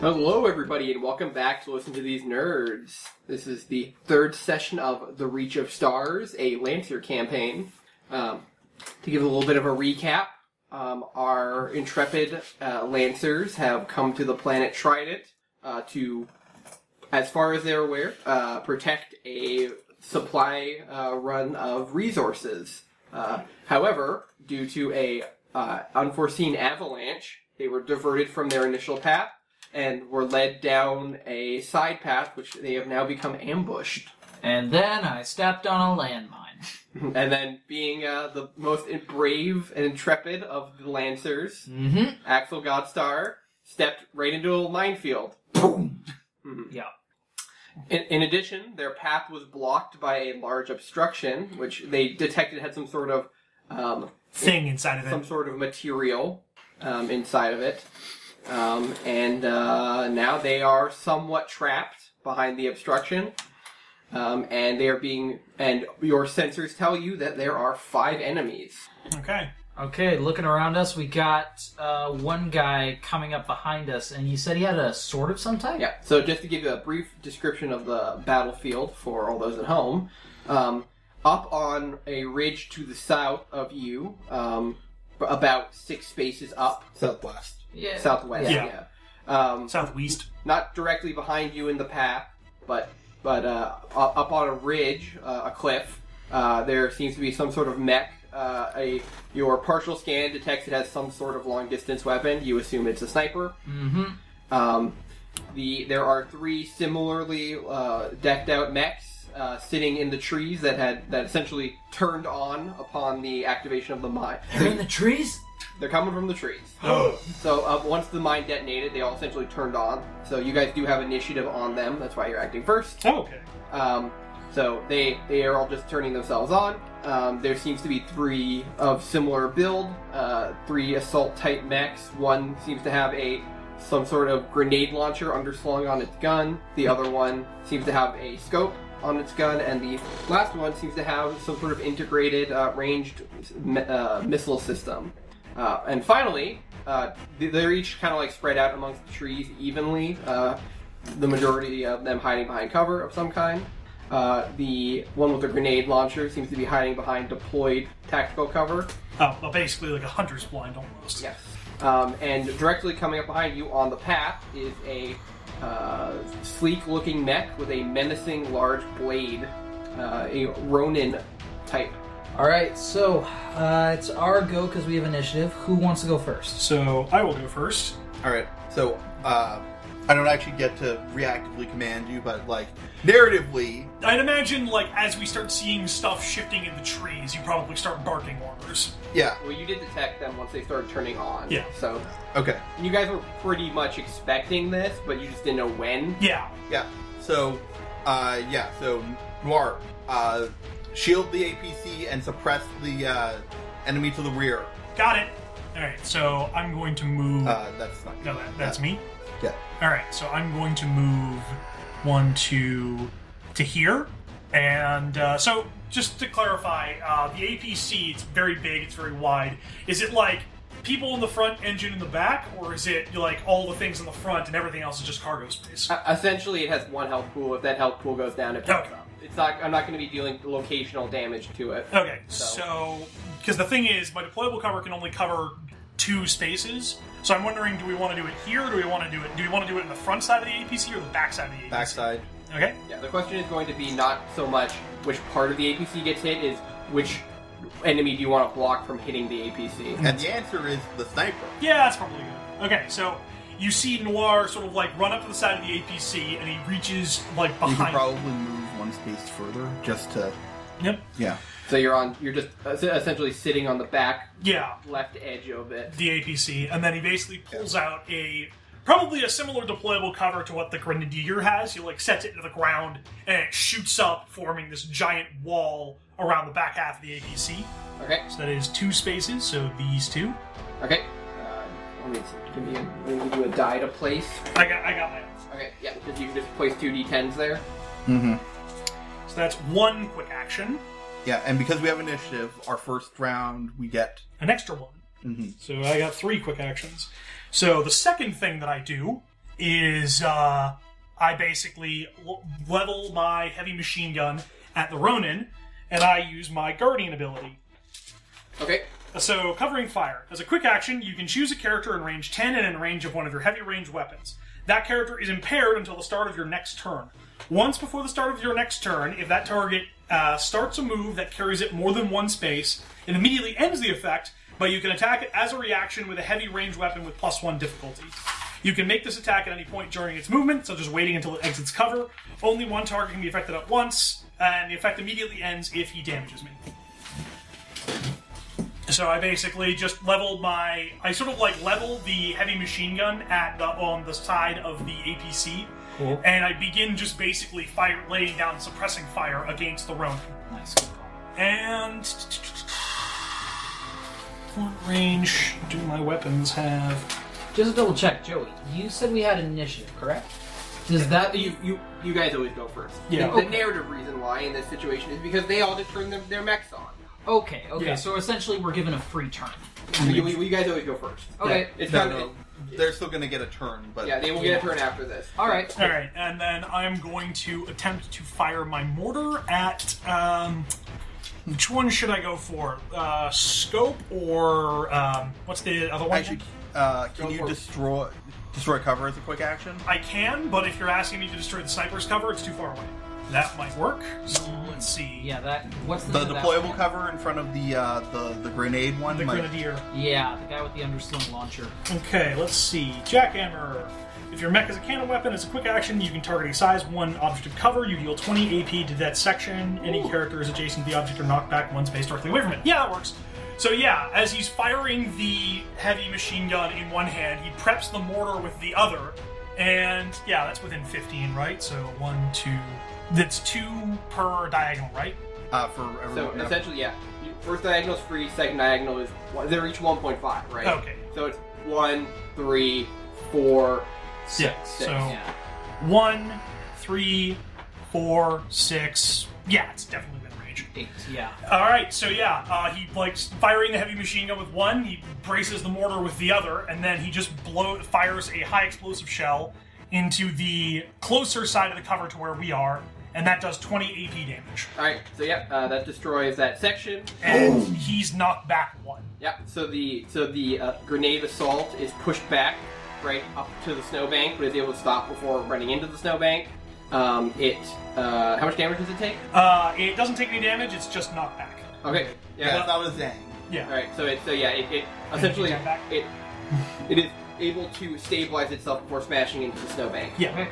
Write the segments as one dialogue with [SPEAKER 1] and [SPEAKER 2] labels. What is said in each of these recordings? [SPEAKER 1] Hello, everybody, and welcome back to Listen to These Nerds. This is the third session of The Reach of Stars, a Lancer campaign. Um, to give a little bit of a recap, um, our intrepid uh, Lancers have come to the planet Trident uh, to, as far as they're aware, uh, protect a supply uh, run of resources. Uh, however, due to a uh, unforeseen avalanche, they were diverted from their initial path and were led down a side path, which they have now become ambushed.
[SPEAKER 2] And then I stepped on a landmine.
[SPEAKER 1] And then, being uh, the most brave and intrepid of the Lancers,
[SPEAKER 2] Mm-hmm.
[SPEAKER 1] Axel Godstar stepped right into a minefield.
[SPEAKER 2] Boom.
[SPEAKER 1] Mhm.
[SPEAKER 2] Yeah.
[SPEAKER 1] In, in addition, their path was blocked by a large obstruction, which they detected had some sort of um,
[SPEAKER 3] thing inside of it.
[SPEAKER 1] some sort of material um, inside of it, um, and uh, now they are somewhat trapped behind the obstruction, um, and they are being. And your sensors tell you that there are five enemies.
[SPEAKER 3] Okay.
[SPEAKER 2] Okay, looking around us, we got uh, one guy coming up behind us, and he said he had a sword of some type.
[SPEAKER 1] Yeah. So just to give you a brief description of the battlefield for all those at home, um, up on a ridge to the south of you, um, about six spaces up,
[SPEAKER 4] South Blast.
[SPEAKER 2] Yeah.
[SPEAKER 1] southwest.
[SPEAKER 3] Yeah.
[SPEAKER 1] Yeah. Um,
[SPEAKER 3] Southwest.
[SPEAKER 1] not directly behind you in the path, but but uh, u- up on a ridge, uh, a cliff. Uh, there seems to be some sort of mech. Uh, a your partial scan detects it has some sort of long distance weapon. You assume it's a sniper.
[SPEAKER 2] Mm-hmm.
[SPEAKER 1] Um, the there are three similarly uh, decked out mechs uh, sitting in the trees that had that essentially turned on upon the activation of the mine.
[SPEAKER 2] They're in the trees.
[SPEAKER 1] They're coming from the trees.
[SPEAKER 3] Oh.
[SPEAKER 1] So uh, once the mine detonated, they all essentially turned on. So you guys do have initiative on them. That's why you're acting first.
[SPEAKER 3] Okay.
[SPEAKER 1] Um, so they they are all just turning themselves on. Um, there seems to be three of similar build, uh, three assault type mechs. One seems to have a some sort of grenade launcher underslung on its gun. The other one seems to have a scope on its gun, and the last one seems to have some sort of integrated uh, ranged mi- uh, missile system. Uh, and finally, uh, th- they're each kind of like spread out amongst the trees evenly. Uh, the majority of them hiding behind cover of some kind. Uh, the one with the grenade launcher seems to be hiding behind deployed tactical cover.
[SPEAKER 3] Oh, well, basically like a hunter's blind almost.
[SPEAKER 1] Yes. Um, and directly coming up behind you on the path is a uh, sleek looking mech with a menacing large blade, uh, a Ronin type.
[SPEAKER 2] All right, so uh, it's our go because we have initiative. Who wants to go first?
[SPEAKER 3] So I will go first.
[SPEAKER 4] All right. So uh, I don't actually get to reactively command you, but like narratively,
[SPEAKER 3] I'd imagine like as we start seeing stuff shifting in the trees, you probably start barking orders.
[SPEAKER 4] yeah.
[SPEAKER 1] Well, you did detect them once they started turning on.
[SPEAKER 3] Yeah.
[SPEAKER 1] So
[SPEAKER 4] Okay.
[SPEAKER 1] you guys were pretty much expecting this, but you just didn't know when.
[SPEAKER 3] Yeah.
[SPEAKER 4] Yeah. So uh, yeah. So Noir, uh, shield the APC and suppress the uh, enemy to the rear.
[SPEAKER 3] Got it. All right. So I'm going to move.
[SPEAKER 4] Uh, that's not.
[SPEAKER 3] no, that, that's me.
[SPEAKER 4] Yeah.
[SPEAKER 3] All right. So I'm going to move one to to here, and uh, so just to clarify, uh, the APC it's very big, it's very wide. Is it like people in the front, engine in the back, or is it like all the things in the front and everything else is just cargo space?
[SPEAKER 1] Uh, Essentially, it has one health pool. If that health pool goes down, it picks
[SPEAKER 3] Okay.
[SPEAKER 1] up. It's not. I'm not going to be dealing locational damage to it.
[SPEAKER 3] Okay,
[SPEAKER 1] So-
[SPEAKER 3] so because the thing is, my deployable cover can only cover two spaces. So I'm wondering, do we want to do it here? Or do we want to do it? Do we want to do it in the front side of the APC or the back side of the APC?
[SPEAKER 4] Backside.
[SPEAKER 3] Okay.
[SPEAKER 1] Yeah. The question is going to be not so much which part of the APC gets hit, is which enemy do you want to block from hitting the APC?
[SPEAKER 4] And the answer is the sniper.
[SPEAKER 3] Yeah, that's probably good. Okay, so you see Noir sort of like run up to the side of the APC and he reaches like
[SPEAKER 4] You can
[SPEAKER 3] behind.
[SPEAKER 4] probably move one space further just to.
[SPEAKER 3] Yep.
[SPEAKER 4] Yeah.
[SPEAKER 1] So you're on. You're just es- essentially sitting on the back
[SPEAKER 3] Yeah,
[SPEAKER 1] left edge of it.
[SPEAKER 3] the APC, and then he basically pulls out a probably a similar deployable cover to what the grenadier has. He like sets it into the ground and it shoots up, forming this giant wall around the back half of the APC.
[SPEAKER 1] Okay.
[SPEAKER 3] So that is two spaces. So these two.
[SPEAKER 1] Okay. Uh, let me give you. Let me give you a die to place.
[SPEAKER 3] I got I got my.
[SPEAKER 1] Okay. Yeah. Because you can just place two d10s there.
[SPEAKER 4] Mm-hmm.
[SPEAKER 3] So that's one quick action,
[SPEAKER 4] Yeah. And because we have initiative, our first round we get.
[SPEAKER 3] an extra one.
[SPEAKER 4] Mhm.
[SPEAKER 3] So I got three quick actions. So the second thing that I do is uh, I basically l- level my heavy machine gun at the Ronin, and I use my Guardian ability.
[SPEAKER 1] Okay.
[SPEAKER 3] So, covering fire. As a quick action, you can choose a character in range 10 and in range of one of your heavy range weapons. That character is impaired until the start of your next turn. Once before the start of your next turn, if that target uh, starts a move that carries it more than one space, it immediately ends the effect, but you can attack it as a reaction with a heavy range weapon with plus one difficulty. You can make this attack at any point during its movement, such as waiting until it exits cover. Only one target can be affected at once, and the effect immediately ends if he damages me. So I basically just leveled my. I sort of like leveled the heavy machine gun at the on the side of the APC,
[SPEAKER 2] Cool.
[SPEAKER 3] and I begin just basically fire, laying down suppressing fire against the Ronin.
[SPEAKER 2] Nice. Good call.
[SPEAKER 3] And what range do my weapons have?
[SPEAKER 2] Just to double check, Joey. You said we had initiative, correct? Does that
[SPEAKER 1] You, you you guys always go first.
[SPEAKER 3] Yeah.
[SPEAKER 1] The, the
[SPEAKER 2] Okay.
[SPEAKER 1] narrative reason why in this situation is because they all just turn their, their mechs on.
[SPEAKER 2] okay? Okay,
[SPEAKER 3] Yeah.
[SPEAKER 2] so essentially we're given a free turn.
[SPEAKER 1] You, you- you guys always go first.
[SPEAKER 2] Okay.
[SPEAKER 1] It's
[SPEAKER 4] No,
[SPEAKER 1] kind of,
[SPEAKER 4] no, they're still gonna get a turn, but
[SPEAKER 1] yeah, they will get a turn after this.
[SPEAKER 2] All right.
[SPEAKER 3] All right, and then I'm going to attempt to fire my mortar at. Um, which one should I go for? Uh, scope or um, what's the other one?
[SPEAKER 4] Actually, uh, can
[SPEAKER 1] Go
[SPEAKER 4] you
[SPEAKER 1] for it.
[SPEAKER 4] destroy destroy cover as a quick action?
[SPEAKER 3] I can, but if you're asking me to destroy the sniper's cover, it's too far away. That might work. So let's see.
[SPEAKER 2] Yeah. That. What's the,
[SPEAKER 4] The
[SPEAKER 2] name of that
[SPEAKER 4] deployable
[SPEAKER 2] one?
[SPEAKER 4] cover in front of the uh, the the grenade one.
[SPEAKER 3] The
[SPEAKER 4] might-
[SPEAKER 3] grenadier.
[SPEAKER 2] Yeah, the guy with the underslung launcher.
[SPEAKER 3] Okay, let's see. Jackhammer. If your mech is a cannon weapon, as a quick action, you can target a size 1 object of cover. You deal 20 AP to that section. Any character is adjacent to the object or knocked back one space directly away from it. Yeah, that works. So, yeah, as he's firing the heavy machine gun in one hand, he preps the mortar with the other. And, yeah, that's within 15, right? So, 1, 2. That's 2 per diagonal, right?
[SPEAKER 4] uh, for
[SPEAKER 1] So
[SPEAKER 4] everyone.
[SPEAKER 1] essentially, yeah. You- First diagonal is free. Second diagonal is one, they're each 1.5, right?
[SPEAKER 3] Okay.
[SPEAKER 1] So it's one, three, four.
[SPEAKER 3] Six.
[SPEAKER 1] Six,
[SPEAKER 3] So,
[SPEAKER 2] Yeah.
[SPEAKER 3] one, three, four, six. Yeah, it's definitely within range.
[SPEAKER 2] Eight. Yeah.
[SPEAKER 3] All right, so yeah, uh, he like firing the heavy machine gun with one, he braces the mortar with the other, and then he just blow fires a high explosive shell into the closer side of the cover to where we are, and that does 20 AP damage.
[SPEAKER 1] All right. So yeah, uh, that destroys that section.
[SPEAKER 3] And he's knocked back one.
[SPEAKER 1] Yeah. So the so the uh, grenade assault is pushed back right up to the snowbank, but is able to stop before running into the snowbank. Um, it uh, how much damage does it take?
[SPEAKER 3] Uh, it doesn't take any damage; it's just knocked back.
[SPEAKER 1] Okay.
[SPEAKER 4] yeah, that's not a zang.
[SPEAKER 3] Yeah.
[SPEAKER 1] All right, so it so yeah, it, it essentially
[SPEAKER 3] Jump back.
[SPEAKER 1] it it is able to stabilize itself before smashing into the snowbank.
[SPEAKER 3] Yeah.
[SPEAKER 2] Okay.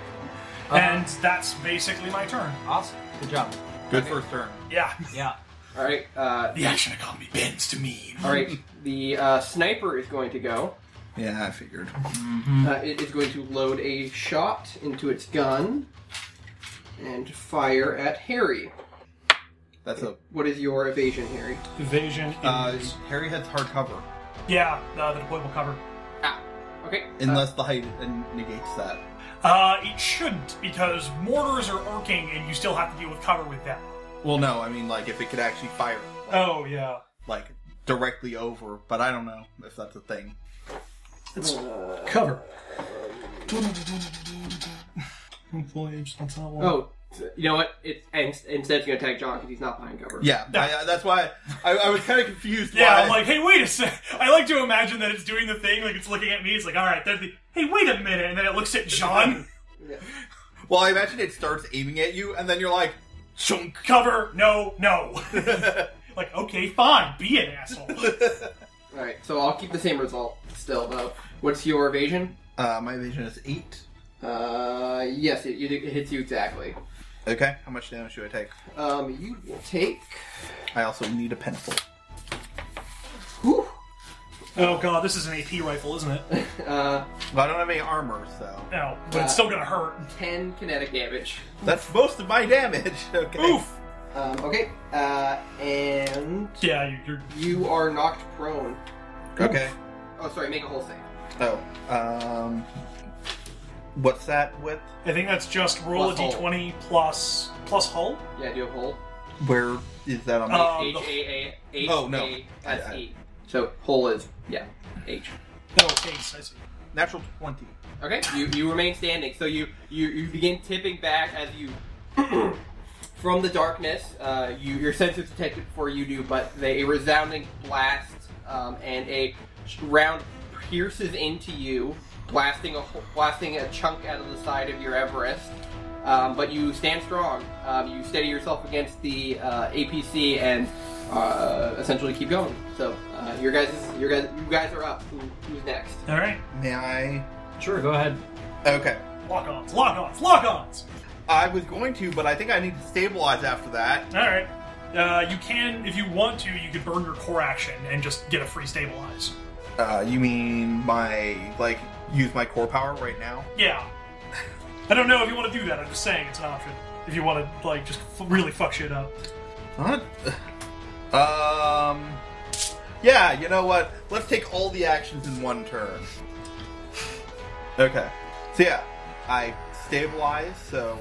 [SPEAKER 2] Uh-huh.
[SPEAKER 3] And that's basically my turn.
[SPEAKER 2] Awesome. Good job.
[SPEAKER 4] Good first turn.
[SPEAKER 3] Yeah.
[SPEAKER 2] Yeah.
[SPEAKER 1] All right, uh,
[SPEAKER 3] The action economy bends to me.
[SPEAKER 1] all right. The uh, sniper is going to go.
[SPEAKER 4] Yeah, I figured.
[SPEAKER 3] Hmm.
[SPEAKER 1] Uh, it is going to load a shot into its gun and fire at Harry.
[SPEAKER 4] That's a
[SPEAKER 1] What is your evasion, Harry?
[SPEAKER 3] Evasion.
[SPEAKER 4] uh,
[SPEAKER 3] is-
[SPEAKER 4] Harry has hard cover
[SPEAKER 3] yeah, the, the deployable cover.
[SPEAKER 1] Ah, okay. uh,
[SPEAKER 4] unless the height and negates that.
[SPEAKER 3] Uh, it shouldn't, because mortars are irking and you still have to deal with cover with them.
[SPEAKER 4] Well, no, I mean like if it could actually fire. Like,
[SPEAKER 3] Oh, yeah.
[SPEAKER 4] like directly over, but I don't know if that's a thing.
[SPEAKER 3] It's cover. Voyage, that's not
[SPEAKER 1] Uh,
[SPEAKER 3] one.
[SPEAKER 1] oh, so- you know what? It's and instead it's going to attack John because he's not behind cover.
[SPEAKER 4] Yeah, I, I- that's why I, I was kind of confused.
[SPEAKER 3] Yeah,
[SPEAKER 4] why-
[SPEAKER 3] I'm like, hey, wait a sec. I like to imagine that it's doing the thing, like it's looking at me, it's like, alright, there's the, hey, wait a minute, and then it looks at John.
[SPEAKER 4] well, I imagine it starts aiming at you, and then you're like, chunk.
[SPEAKER 3] cover, no, no. like, okay, fine, be an asshole.
[SPEAKER 1] All right. So I'll keep the same result still though. What's your evasion?
[SPEAKER 4] Uh, my vision is eight.
[SPEAKER 1] Uh, yes, it, it hits you exactly.
[SPEAKER 4] Okay, how much damage do I take?
[SPEAKER 1] Um, you will take.
[SPEAKER 4] I also need a pencil.
[SPEAKER 1] Whew,
[SPEAKER 3] oh god, this is an AP rifle, isn't it?
[SPEAKER 1] uh,
[SPEAKER 4] Well, I don't have any armor, so
[SPEAKER 3] No, but it's still gonna hurt.
[SPEAKER 1] 10 kinetic damage.
[SPEAKER 4] that's most of my damage. Okay.
[SPEAKER 3] Oof!
[SPEAKER 1] Um, okay, uh, and
[SPEAKER 3] Yeah, you- you're
[SPEAKER 1] you are knocked prone.
[SPEAKER 4] Okay.
[SPEAKER 1] Oh, sorry, make a whole save.
[SPEAKER 4] Oh. Um. What's that with?
[SPEAKER 3] I think that's just roll a
[SPEAKER 1] Plus hull.
[SPEAKER 3] d20 plus plus hull.
[SPEAKER 1] Yeah, do a whole.
[SPEAKER 4] Where is that on? My...
[SPEAKER 3] Uh, Um,
[SPEAKER 1] H
[SPEAKER 3] the-
[SPEAKER 1] A A H
[SPEAKER 4] Oh, no.
[SPEAKER 1] A S E. So, whole is, yeah, H.
[SPEAKER 3] Oh, case, I see.
[SPEAKER 4] Natural 20.
[SPEAKER 1] Okay, you, you remain standing. So you, you, you begin tipping back as you. from the darkness, uh, you, your senses detect it before you do, but they, a resounding blast um, and a round pierces into you, blasting a, ho- blasting a chunk out of the side of your Everest. Um, but you stand strong. Um, you steady yourself against the uh, APC and uh, essentially keep going. So uh, your guys, your guys, you guys are up. Who, who's next?
[SPEAKER 3] All right,
[SPEAKER 4] May I?
[SPEAKER 2] Sure, go ahead.
[SPEAKER 4] Okay.
[SPEAKER 3] lock ons, lock ons, lock ons.
[SPEAKER 4] I was going to, but I think I need to stabilize after that.
[SPEAKER 3] All right. Uh, you can, if you want to, you could burn your core action and just get a free stabilize.
[SPEAKER 4] Uh, you mean my, like, use my core power right now?
[SPEAKER 3] Yeah. I don't know if you want to do that. I'm just saying it's an option. If you want to, like, just f- really fuck shit up.
[SPEAKER 4] What? Um. Yeah, you know what? Let's take all the actions in one turn. Okay. So yeah, I stabilize, so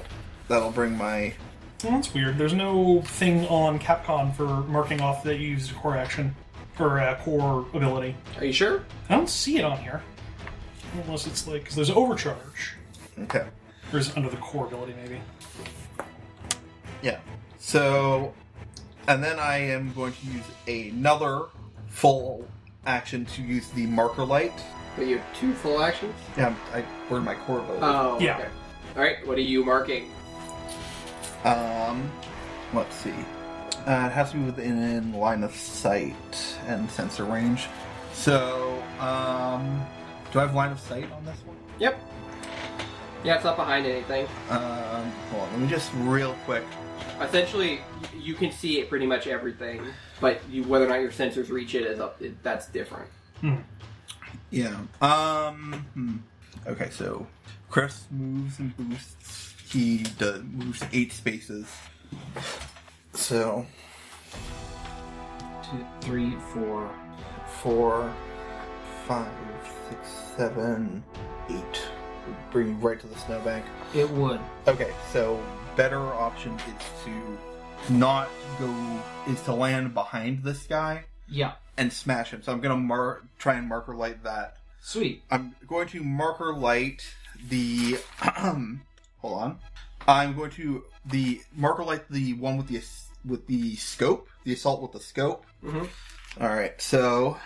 [SPEAKER 4] that'll bring my.
[SPEAKER 3] Well, that's weird. There's no thing on Capcom for marking off that you used a core action or a core ability.
[SPEAKER 1] Are you sure?
[SPEAKER 3] I don't see it on here. Unless it's like, because there's overcharge.
[SPEAKER 4] Okay.
[SPEAKER 3] Or is it under the core ability, maybe?
[SPEAKER 4] Yeah. So, and then I am going to use another full action to use the marker light.
[SPEAKER 1] But you have two full actions.
[SPEAKER 4] Yeah, I burned my core ability.
[SPEAKER 1] Oh,
[SPEAKER 3] Yeah.
[SPEAKER 1] Okay. All right. What are you marking?
[SPEAKER 4] Um, let's see. Uh, it has to be within line of sight and sensor range. So, um, do I have line of sight on this one?
[SPEAKER 1] Yep. Yeah, it's not behind anything.
[SPEAKER 4] Um, hold on, let me just real quick.
[SPEAKER 1] Essentially, y- you can see it pretty much everything, but you, whether or not your sensors reach it is up. It, that's different.
[SPEAKER 4] Yeah. Um. hmm. Okay, so Chris moves and boosts. He does moves eight spaces. So
[SPEAKER 2] Two, three, four.
[SPEAKER 4] four, five, six, seven, eight. Bring you right to the snowbank.
[SPEAKER 2] It would.
[SPEAKER 4] Okay, so better option is to not go is to land behind this guy
[SPEAKER 2] Yeah.
[SPEAKER 4] and smash him. So I'm gonna mar- try and marker light that.
[SPEAKER 2] Sweet.
[SPEAKER 4] I'm going to marker light the hold on. I'm going to the marker light the one with the ass- with the scope, the assault with the scope.
[SPEAKER 1] Mhm.
[SPEAKER 4] All right, so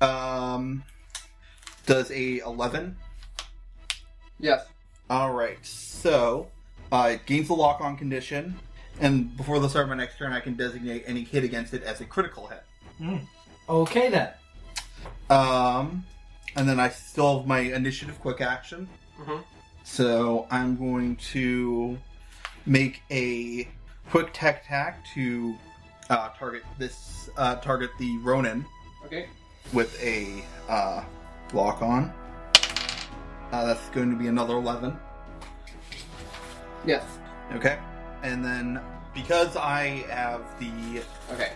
[SPEAKER 4] um, does a eleven
[SPEAKER 1] Yes.
[SPEAKER 4] all right, so uh, it gains the lock on condition, and before the start of my next turn, I can designate any hit against it as a critical hit.
[SPEAKER 2] Okay then.
[SPEAKER 4] Um, and then I still have my initiative quick action,
[SPEAKER 1] Mhm.
[SPEAKER 4] so I'm going to make a quick tech attack to uh, target this uh, target the Ronin
[SPEAKER 1] Okay.
[SPEAKER 4] with a uh, lock on. Uh, that's going to be another eleven.
[SPEAKER 1] Yes.
[SPEAKER 4] Okay. And then because I have the
[SPEAKER 1] Okay.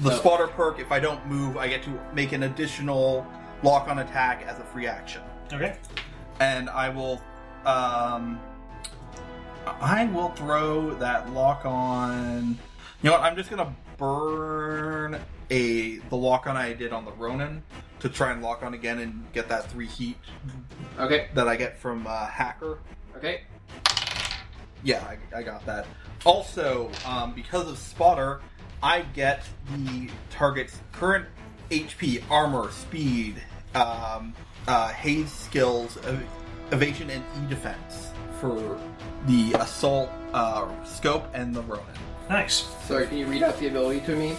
[SPEAKER 4] the
[SPEAKER 1] Oh.
[SPEAKER 4] spotter perk, if I don't move, I get to make an additional lock on attack as a free action.
[SPEAKER 3] Okay.
[SPEAKER 4] And I will um I will throw that lock on You know what, I'm just gonna burn a the lock on I did on the Ronin to try and lock on again and get that three heat
[SPEAKER 1] Okay.
[SPEAKER 4] that I get from uh, hacker.
[SPEAKER 1] Okay.
[SPEAKER 4] Yeah, I, I got that. Also, um, because of spotter, I get the target's current HP, armor, speed, um, uh, haze skills, ev- evasion, and e defense for the assault uh, scope and the Ronin.
[SPEAKER 3] Nice.
[SPEAKER 1] Sorry. Can you read out the ability to me?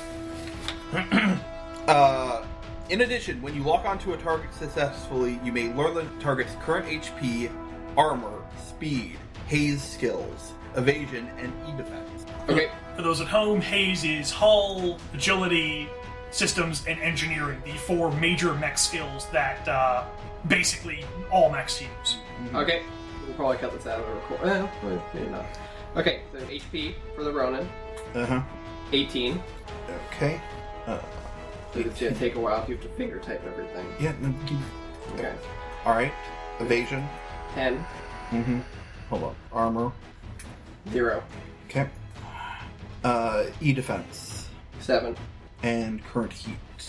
[SPEAKER 4] Uh, in addition, when you lock onto a target successfully, you may learn the target's current HP, armor, speed, haze skills, evasion, and e defense.
[SPEAKER 1] Okay.
[SPEAKER 3] For those at home, Haze is hull, agility, systems, and engineering, the four major mech skills that uh, basically all mechs use.
[SPEAKER 1] Okay. We'll probably cut this out of the record. Eh, well, maybe not. Okay. So HP for the Ronin,
[SPEAKER 4] Uh huh.
[SPEAKER 1] 18.
[SPEAKER 4] Okay. Uh,
[SPEAKER 1] So it's gonna take a while. if You have to finger type everything.
[SPEAKER 4] yeah. no, keep-
[SPEAKER 1] Okay.
[SPEAKER 4] All right. Evasion.
[SPEAKER 1] 10.
[SPEAKER 4] Mm-hmm. Hold on. Armor.
[SPEAKER 1] 0.
[SPEAKER 4] Okay. Uh, e defense
[SPEAKER 1] 7.
[SPEAKER 4] and current heat.
[SPEAKER 1] Oh,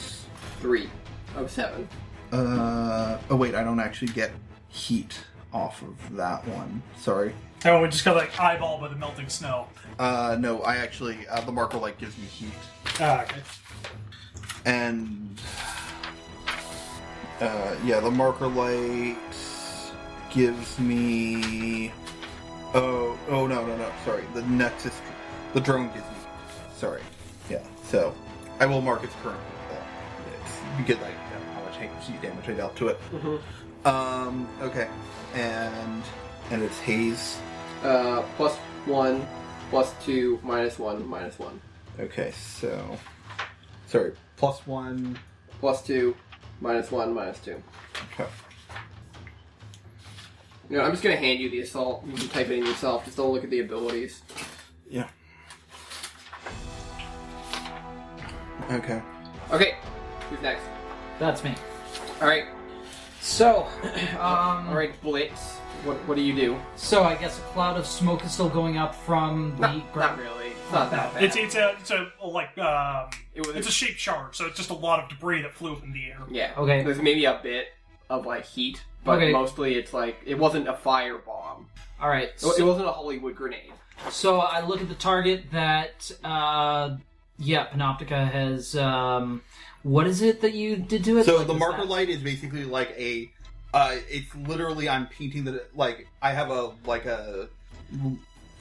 [SPEAKER 1] 3. Of 7.
[SPEAKER 4] Uh, Oh wait, I don't actually get heat off of that one. Sorry.
[SPEAKER 3] Oh, we just got like eyeballed by the melting snow.
[SPEAKER 4] Uh, no, I actually uh, the marker light gives me heat,
[SPEAKER 3] Ah, okay.
[SPEAKER 4] and uh, yeah, the marker light gives me. Oh, oh no, no, no. Sorry, the nexus, the drone gives me. Sorry. Yeah. So I will mark its current. with that. It's because I know how much heat damage I dealt to it.
[SPEAKER 1] Mhm.
[SPEAKER 4] Um. Okay. And and it's haze.
[SPEAKER 1] Uh, plus one, plus two, minus one, minus one,
[SPEAKER 4] Okay, so sorry, plus one.
[SPEAKER 1] plus two, minus one, minus two.
[SPEAKER 4] Okay.
[SPEAKER 1] You know, I'm just gonna hand you the assault. You can type it in yourself. Just don't look at the abilities.
[SPEAKER 4] Yeah. Okay.
[SPEAKER 1] Okay, who's next?
[SPEAKER 2] That's me.
[SPEAKER 1] All right,
[SPEAKER 2] So, um,
[SPEAKER 1] all right, Blitz. What what do you do?
[SPEAKER 2] So I guess a cloud of smoke is still going up from the
[SPEAKER 1] Not, not
[SPEAKER 2] ground.
[SPEAKER 1] really. It's not that bad.
[SPEAKER 3] It's it's a it's a like um,
[SPEAKER 1] It was-
[SPEAKER 3] it's a shaped charge, so it's just a lot of debris that flew up in the air.
[SPEAKER 1] yeah.
[SPEAKER 2] Okay.
[SPEAKER 1] There's maybe a bit of like heat, but
[SPEAKER 2] Okay.
[SPEAKER 1] mostly it's like it wasn't a fire bomb.
[SPEAKER 2] All right.
[SPEAKER 1] It
[SPEAKER 4] Oh,
[SPEAKER 1] wa-
[SPEAKER 2] So,
[SPEAKER 1] It wasn't a Hollywood grenade.
[SPEAKER 2] so I look at the target that, uh, yeah, Panoptica has. Um, what is it that you did to it?
[SPEAKER 4] So
[SPEAKER 2] Like,
[SPEAKER 4] the
[SPEAKER 2] is
[SPEAKER 4] marker
[SPEAKER 2] that-
[SPEAKER 4] light is basically like a. Uh, it's literally I'm painting the like I have a like a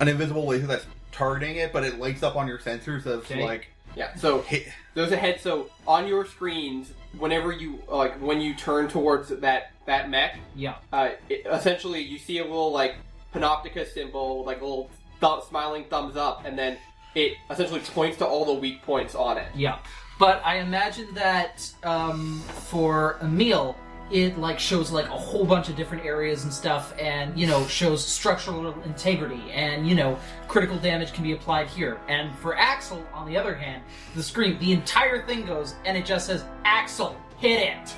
[SPEAKER 4] an invisible laser that's targeting it, but it lights up on your sensors of
[SPEAKER 2] Okay.
[SPEAKER 4] like
[SPEAKER 1] Yeah. So
[SPEAKER 4] hit.
[SPEAKER 1] those ahead. So on your screens, whenever you like when you turn towards that that mech,
[SPEAKER 2] Yeah.
[SPEAKER 1] uh, it, essentially you see a little like panoptica symbol, like a little th- smiling thumbs up, and then it essentially points to all the weak points on it.
[SPEAKER 2] Yeah. But I imagine that um, for Emil, it like shows like a whole bunch of different areas and stuff, and you know shows structural integrity, and you know critical damage can be applied here. And for Axel, on the other hand, the screen, the entire thing goes, and it just says Axel, hit it.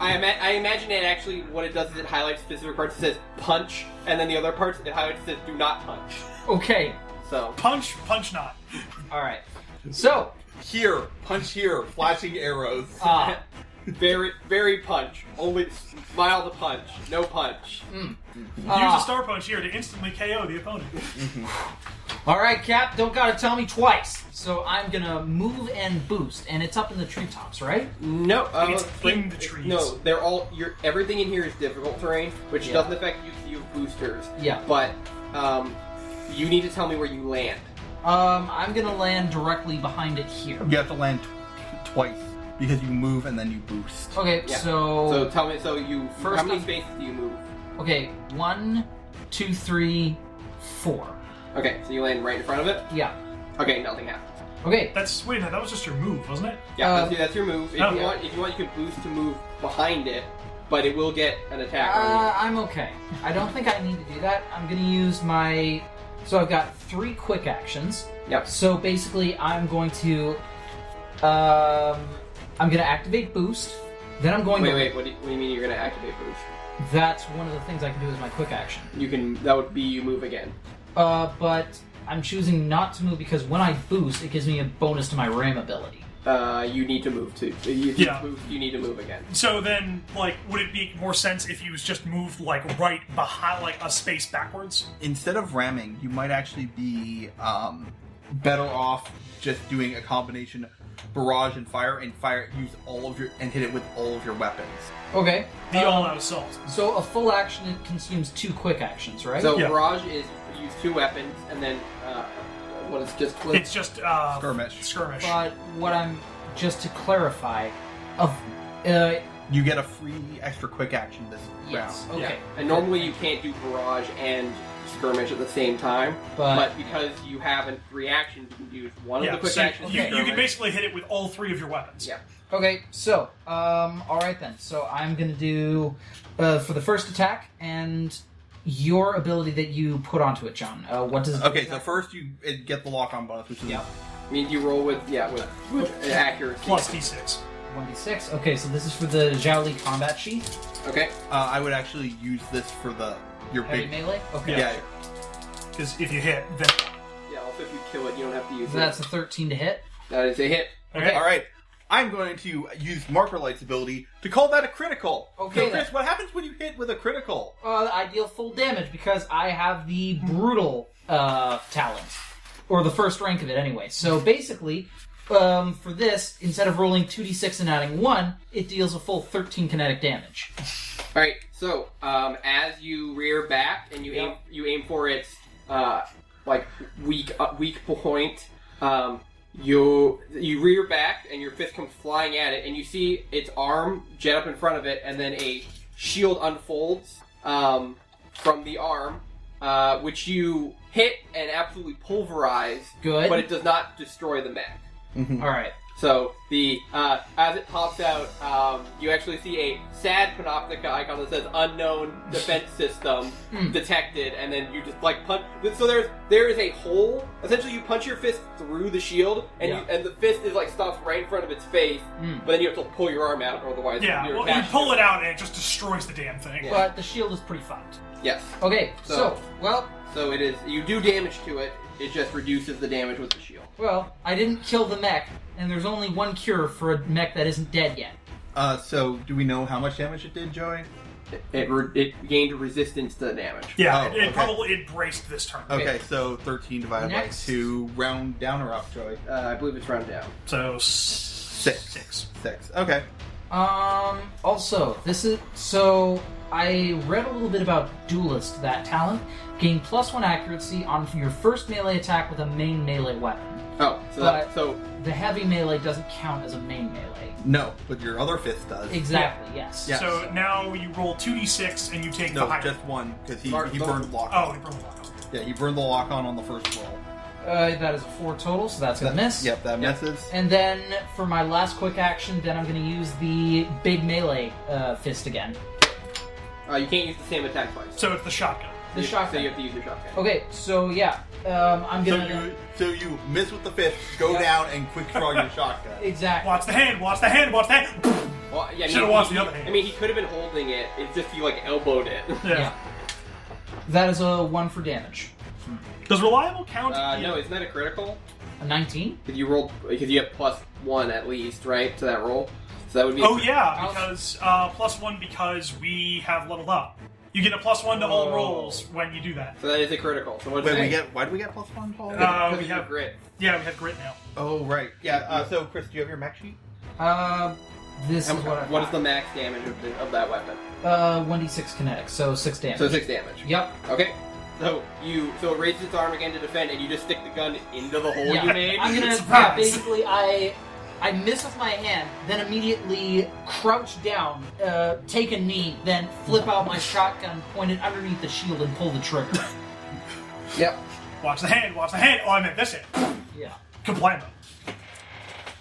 [SPEAKER 1] I, ima- I imagine it actually what it does is it highlights specific parts. It says punch, and then the other parts it highlights it says do not punch.
[SPEAKER 2] okay.
[SPEAKER 1] So
[SPEAKER 3] Punch, punch not.
[SPEAKER 2] All right. So
[SPEAKER 4] here, punch here, flashing arrows.
[SPEAKER 2] uh,
[SPEAKER 1] very very punch, only smile to punch, no punch.
[SPEAKER 3] Use
[SPEAKER 2] Ah.
[SPEAKER 3] a star punch here to instantly KO the opponent.
[SPEAKER 2] All right, Cap, don't gotta tell me twice. So I'm gonna move and boost, and it's up in the treetops, right?
[SPEAKER 1] No, uh,
[SPEAKER 3] It's
[SPEAKER 1] wait,
[SPEAKER 3] in the
[SPEAKER 1] it's-
[SPEAKER 3] trees.
[SPEAKER 1] No, they're all. You're, everything in here is difficult terrain, which
[SPEAKER 2] Yeah.
[SPEAKER 1] doesn't affect you. 'cause You have boosters,
[SPEAKER 2] Yeah.
[SPEAKER 1] but um, you need to tell me where you land.
[SPEAKER 2] Um, I'm gonna land directly behind it here.
[SPEAKER 4] You have to land t- twice because you move and then you boost.
[SPEAKER 2] Okay,
[SPEAKER 1] Yeah. So
[SPEAKER 2] so,
[SPEAKER 1] tell me. So you
[SPEAKER 2] Oh. First
[SPEAKER 1] how many
[SPEAKER 2] up-
[SPEAKER 1] spaces do you move?
[SPEAKER 2] okay, one, two, three, four.
[SPEAKER 1] Okay, so you land right in front of it.
[SPEAKER 2] Yeah.
[SPEAKER 1] Okay, nothing happens.
[SPEAKER 2] Okay.
[SPEAKER 3] That's wait, no, that was just your move, wasn't it?
[SPEAKER 1] Yeah,
[SPEAKER 2] Uh,
[SPEAKER 1] that's, your- that's your move. If
[SPEAKER 3] oh.
[SPEAKER 1] you want, if you want, you can boost to move behind it, but it will get an attack. on
[SPEAKER 2] Uh, I'm okay. I don't think I need to do that. I'm gonna use my. So I've got three quick actions.
[SPEAKER 1] you. Yep.
[SPEAKER 2] So basically, I'm going to. Um, I'm gonna activate boost. Then I'm going
[SPEAKER 1] Wait,
[SPEAKER 2] to.
[SPEAKER 1] wait. What do, you, what do you mean you're gonna activate boost?
[SPEAKER 2] That's one of the things I can do as my quick action.
[SPEAKER 1] You can. That would be you move again.
[SPEAKER 2] Uh, but I'm choosing not to move because when I boost, it gives me a bonus to my ram ability.
[SPEAKER 1] Uh, you need to move to. You,
[SPEAKER 3] Yeah.
[SPEAKER 1] move, you need to move again.
[SPEAKER 3] So then, like, would it make more sense if you was just moved like right behind, like a space backwards?
[SPEAKER 4] instead of ramming, you might actually be um, better off just doing a combination barrage and fire, and fire use all of your and hit it with all of your weapons.
[SPEAKER 2] Okay.
[SPEAKER 3] The
[SPEAKER 2] Um,
[SPEAKER 3] all-out assault.
[SPEAKER 2] So a full action it consumes two quick actions, right?
[SPEAKER 1] So
[SPEAKER 3] Yeah.
[SPEAKER 1] barrage is use two weapons, and then uh, what is just click.
[SPEAKER 3] It's just uh,
[SPEAKER 4] Skirmish.
[SPEAKER 3] Skirmish.
[SPEAKER 2] but what I'm just to clarify, of uh,
[SPEAKER 4] You get a free extra quick action this
[SPEAKER 2] yes,
[SPEAKER 4] round.
[SPEAKER 1] Yeah.
[SPEAKER 2] okay.
[SPEAKER 1] And normally you can't do barrage and skirmish at the same time,
[SPEAKER 2] But-
[SPEAKER 1] but, because you have an- three actions, you can use one
[SPEAKER 3] yeah,
[SPEAKER 1] of the quick
[SPEAKER 3] so
[SPEAKER 1] actions.
[SPEAKER 3] you,
[SPEAKER 1] to
[SPEAKER 3] you can
[SPEAKER 1] skirmish.
[SPEAKER 3] basically hit it with all three of your weapons.
[SPEAKER 1] Yeah.
[SPEAKER 2] Okay. So, um, all right then. So I'm gonna do uh, for the first attack and your ability that you put onto it, John. Uh, what does?
[SPEAKER 4] Okay, so first you uh, get the lock on bonus, which is
[SPEAKER 2] Yep.
[SPEAKER 1] I mean, you roll with yeah with, with accuracy.
[SPEAKER 3] Plus d6.
[SPEAKER 2] One d six. Okay, so this is for the Zhaoli combat sheet.
[SPEAKER 1] Okay.
[SPEAKER 4] uh, I would actually use this for the your
[SPEAKER 2] Heavy
[SPEAKER 4] big
[SPEAKER 2] melee. Okay.
[SPEAKER 4] yeah.
[SPEAKER 3] Because if you hit, then
[SPEAKER 1] Yeah. Also, if you kill it, you don't have to use
[SPEAKER 2] So that's
[SPEAKER 1] it.
[SPEAKER 2] a thirteen to hit.
[SPEAKER 1] That is a hit.
[SPEAKER 3] okay.
[SPEAKER 4] All right, I'm going to use Marker Light's ability to call that a critical.
[SPEAKER 2] Okay,
[SPEAKER 4] So, Chris,
[SPEAKER 2] then.
[SPEAKER 4] what happens when you hit with a critical?
[SPEAKER 2] Uh, I deal full damage because I have the brutal uh, talent, or the first rank of it anyway. So basically, um, for this, instead of rolling two d six and adding one, it deals a full thirteen kinetic damage.
[SPEAKER 1] All right. So um, as you rear back and you
[SPEAKER 2] Yeah.
[SPEAKER 1] aim, you aim for its uh, like weak uh, weak point. Um, you you rear back and your fist comes flying at it, and you see its arm jet up in front of it, and then a shield unfolds um, from the arm, uh, which you hit and absolutely pulverize.
[SPEAKER 2] Good.
[SPEAKER 1] But it does not destroy the mech.
[SPEAKER 2] All right.
[SPEAKER 1] So the uh, as it pops out, um, you actually see a sad panoptica icon that says "Unknown Defense System
[SPEAKER 3] Hmm.
[SPEAKER 2] Mm.
[SPEAKER 1] Detected," and then you just like punch. So there's there is a hole. Essentially, you punch your fist through the shield, and you, and the fist is like stops right in front of its face.
[SPEAKER 2] Mm.
[SPEAKER 1] But then you have to pull your arm out, or otherwise
[SPEAKER 3] Hmm. Yeah,
[SPEAKER 1] you're
[SPEAKER 3] well, you
[SPEAKER 1] attached
[SPEAKER 3] pull
[SPEAKER 1] to
[SPEAKER 3] it out and it just destroys the damn thing.
[SPEAKER 1] Yeah.
[SPEAKER 2] But the shield is pretty fucked.
[SPEAKER 1] Yes.
[SPEAKER 2] Okay, so,
[SPEAKER 1] So-
[SPEAKER 2] well,
[SPEAKER 1] So it is. You do damage to it. It just reduces the damage with the shield.
[SPEAKER 2] well, I didn't kill the mech, and there's only one cure for a mech that isn't dead yet.
[SPEAKER 4] Uh, so, do we know how much damage it did, Joey?
[SPEAKER 1] It it, re- it gained resistance to the damage.
[SPEAKER 3] Yeah, it,
[SPEAKER 4] Oh,
[SPEAKER 3] it
[SPEAKER 4] okay. Oh.
[SPEAKER 3] probably it braced this turn.
[SPEAKER 4] Okay,
[SPEAKER 2] Okay.
[SPEAKER 4] so 13 divided
[SPEAKER 2] Next.
[SPEAKER 4] by 2, round down or up, Joey?
[SPEAKER 1] Uh, I believe it's round down.
[SPEAKER 3] So six. six.
[SPEAKER 4] 6. Okay.
[SPEAKER 2] Um. Also, this is so. I read a little bit about Duelist. That talent gain plus one accuracy on your first melee attack with a main melee weapon.
[SPEAKER 1] Oh, so
[SPEAKER 2] But-
[SPEAKER 1] that, so
[SPEAKER 2] The heavy melee doesn't count as a main melee.
[SPEAKER 4] No, but your other fist does.
[SPEAKER 2] Exactly. Yes.
[SPEAKER 4] Yeah.
[SPEAKER 3] So now you roll two d six and you take the
[SPEAKER 4] No,
[SPEAKER 3] high.
[SPEAKER 4] just one, because he,
[SPEAKER 1] Mark,
[SPEAKER 4] he
[SPEAKER 1] don't-
[SPEAKER 4] burned lock
[SPEAKER 3] oh,
[SPEAKER 4] on.
[SPEAKER 3] you rolled one.
[SPEAKER 4] Yeah, he burned the lock on on the first roll.
[SPEAKER 2] Uh, that is a four total, so that's a
[SPEAKER 4] That-
[SPEAKER 2] miss.
[SPEAKER 4] Yep, that
[SPEAKER 1] Yep.
[SPEAKER 4] misses.
[SPEAKER 2] And then for my last quick action, then I'm going to use the big melee uh, fist again.
[SPEAKER 1] uh, you can't use the same attack twice.
[SPEAKER 3] So it's the shotgun.
[SPEAKER 2] The
[SPEAKER 1] You-
[SPEAKER 2] shotgun.
[SPEAKER 1] So you have to use your shotgun.
[SPEAKER 2] Okay. So yeah, um, I'm
[SPEAKER 4] So
[SPEAKER 2] gonna
[SPEAKER 4] you, so you miss with the fist, go
[SPEAKER 2] Yep.
[SPEAKER 4] down, and quick draw your shotgun.
[SPEAKER 2] exactly.
[SPEAKER 3] Watch the hand. Watch the hand. Watch the hand.
[SPEAKER 1] Well, yeah,
[SPEAKER 3] Should've
[SPEAKER 1] he-
[SPEAKER 3] watched the
[SPEAKER 1] he-
[SPEAKER 3] other hand.
[SPEAKER 1] I mean, he could have been holding it. It's just he like elbowed it.
[SPEAKER 2] Yeah. That is a one for damage.
[SPEAKER 3] Does reliable count?
[SPEAKER 1] Uh, no,
[SPEAKER 3] in-
[SPEAKER 1] isn't that a critical?
[SPEAKER 2] A 19?
[SPEAKER 1] Because you rolled because you have plus one at least, right, to that roll. So that would be. a
[SPEAKER 3] Oh
[SPEAKER 1] crit-
[SPEAKER 3] yeah, because uh, plus one because we have leveled up. You get a plus one to all
[SPEAKER 1] Oh.
[SPEAKER 3] rolls when you do that.
[SPEAKER 1] So that is a critical. So what is
[SPEAKER 4] Wait, we
[SPEAKER 1] it?
[SPEAKER 4] get why do we get plus one, Paul?
[SPEAKER 3] Uh,
[SPEAKER 1] Because
[SPEAKER 3] we
[SPEAKER 1] of your
[SPEAKER 3] have-
[SPEAKER 1] grit.
[SPEAKER 3] Yeah, we have grit now.
[SPEAKER 4] oh right, yeah. Uh, so Chris, do you have your mech sheet?
[SPEAKER 2] Uh, this
[SPEAKER 1] How
[SPEAKER 2] is
[SPEAKER 1] mu-
[SPEAKER 2] what I
[SPEAKER 1] what is the max damage of, the, of that weapon?
[SPEAKER 2] Uh, 1d6 kinetic, so 6 damage.
[SPEAKER 1] So six damage.
[SPEAKER 2] Yep.
[SPEAKER 1] Okay. So you so it raises its arm again to defend, and you just stick the gun into the hole
[SPEAKER 2] Yeah.
[SPEAKER 1] you made.
[SPEAKER 2] I'm gonna, yeah,
[SPEAKER 3] Surprise.
[SPEAKER 2] basically, I I miss with my hand, then immediately crouch down, uh, take a knee, then flip out my shotgun, point it underneath the shield, and pull the trigger.
[SPEAKER 1] Yep.
[SPEAKER 3] Watch the hand. Watch the hand. Oh, I meant this hand.
[SPEAKER 2] yeah.
[SPEAKER 3] Compliment.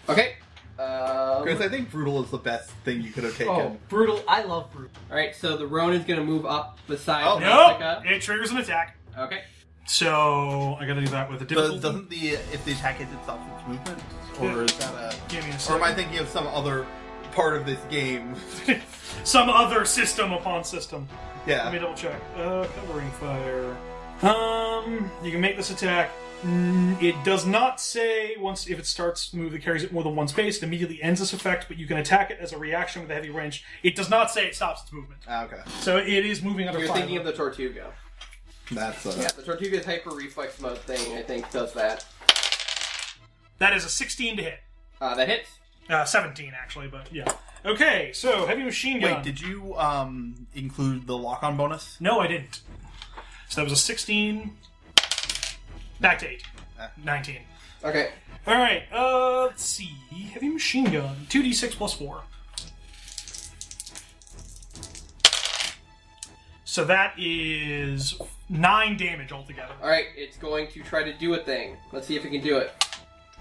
[SPEAKER 1] Okay. Um,
[SPEAKER 4] Chris, I think brutal is the best thing you could have taken.
[SPEAKER 2] Uh, Oh, brutal. I love brutal.
[SPEAKER 1] all right. So the Ronin's gonna move up beside.
[SPEAKER 4] Oh,
[SPEAKER 3] No,
[SPEAKER 1] Panoptica.
[SPEAKER 3] it triggers an attack.
[SPEAKER 1] Okay.
[SPEAKER 3] So I gotta do that with a
[SPEAKER 4] Does,
[SPEAKER 3] difficulty.
[SPEAKER 4] doesn't the if the attack hits itself, it's movement, or is that
[SPEAKER 3] Give me a
[SPEAKER 4] a, or am I
[SPEAKER 3] second.
[SPEAKER 4] thinking of some other part of this game?
[SPEAKER 3] Some other system upon system.
[SPEAKER 4] yeah.
[SPEAKER 3] Let me double check. Uh, covering fire. Um, you can make this attack. Mm, It does not say once if it starts a move that carries it more than one space, it immediately ends this effect. But you can attack it as a reaction with a heavy wrench. It does not say it stops its movement,
[SPEAKER 4] Ah, okay,
[SPEAKER 3] so it is moving under
[SPEAKER 1] You're
[SPEAKER 3] fire.
[SPEAKER 1] thinking of the Tortuga.
[SPEAKER 4] that's uh,
[SPEAKER 1] Yeah, the Tortuga's hyper reflex mode thing, I think, does that.
[SPEAKER 3] that is a 16 to hit.
[SPEAKER 1] Uh, that hits.
[SPEAKER 3] Uh, 17 actually, but yeah. Okay, so heavy machine gun.
[SPEAKER 4] Wait, did you um include the lock on bonus?
[SPEAKER 3] No, I didn't. So that was a 16. Back to 8.
[SPEAKER 4] Ah.
[SPEAKER 3] 19.
[SPEAKER 1] Okay.
[SPEAKER 3] Alright, uh, let's see. Heavy machine gun. 2d6 plus 4. So that is 9 damage altogether.
[SPEAKER 1] Alright, it's going to try to do a thing. Let's see if it can do it.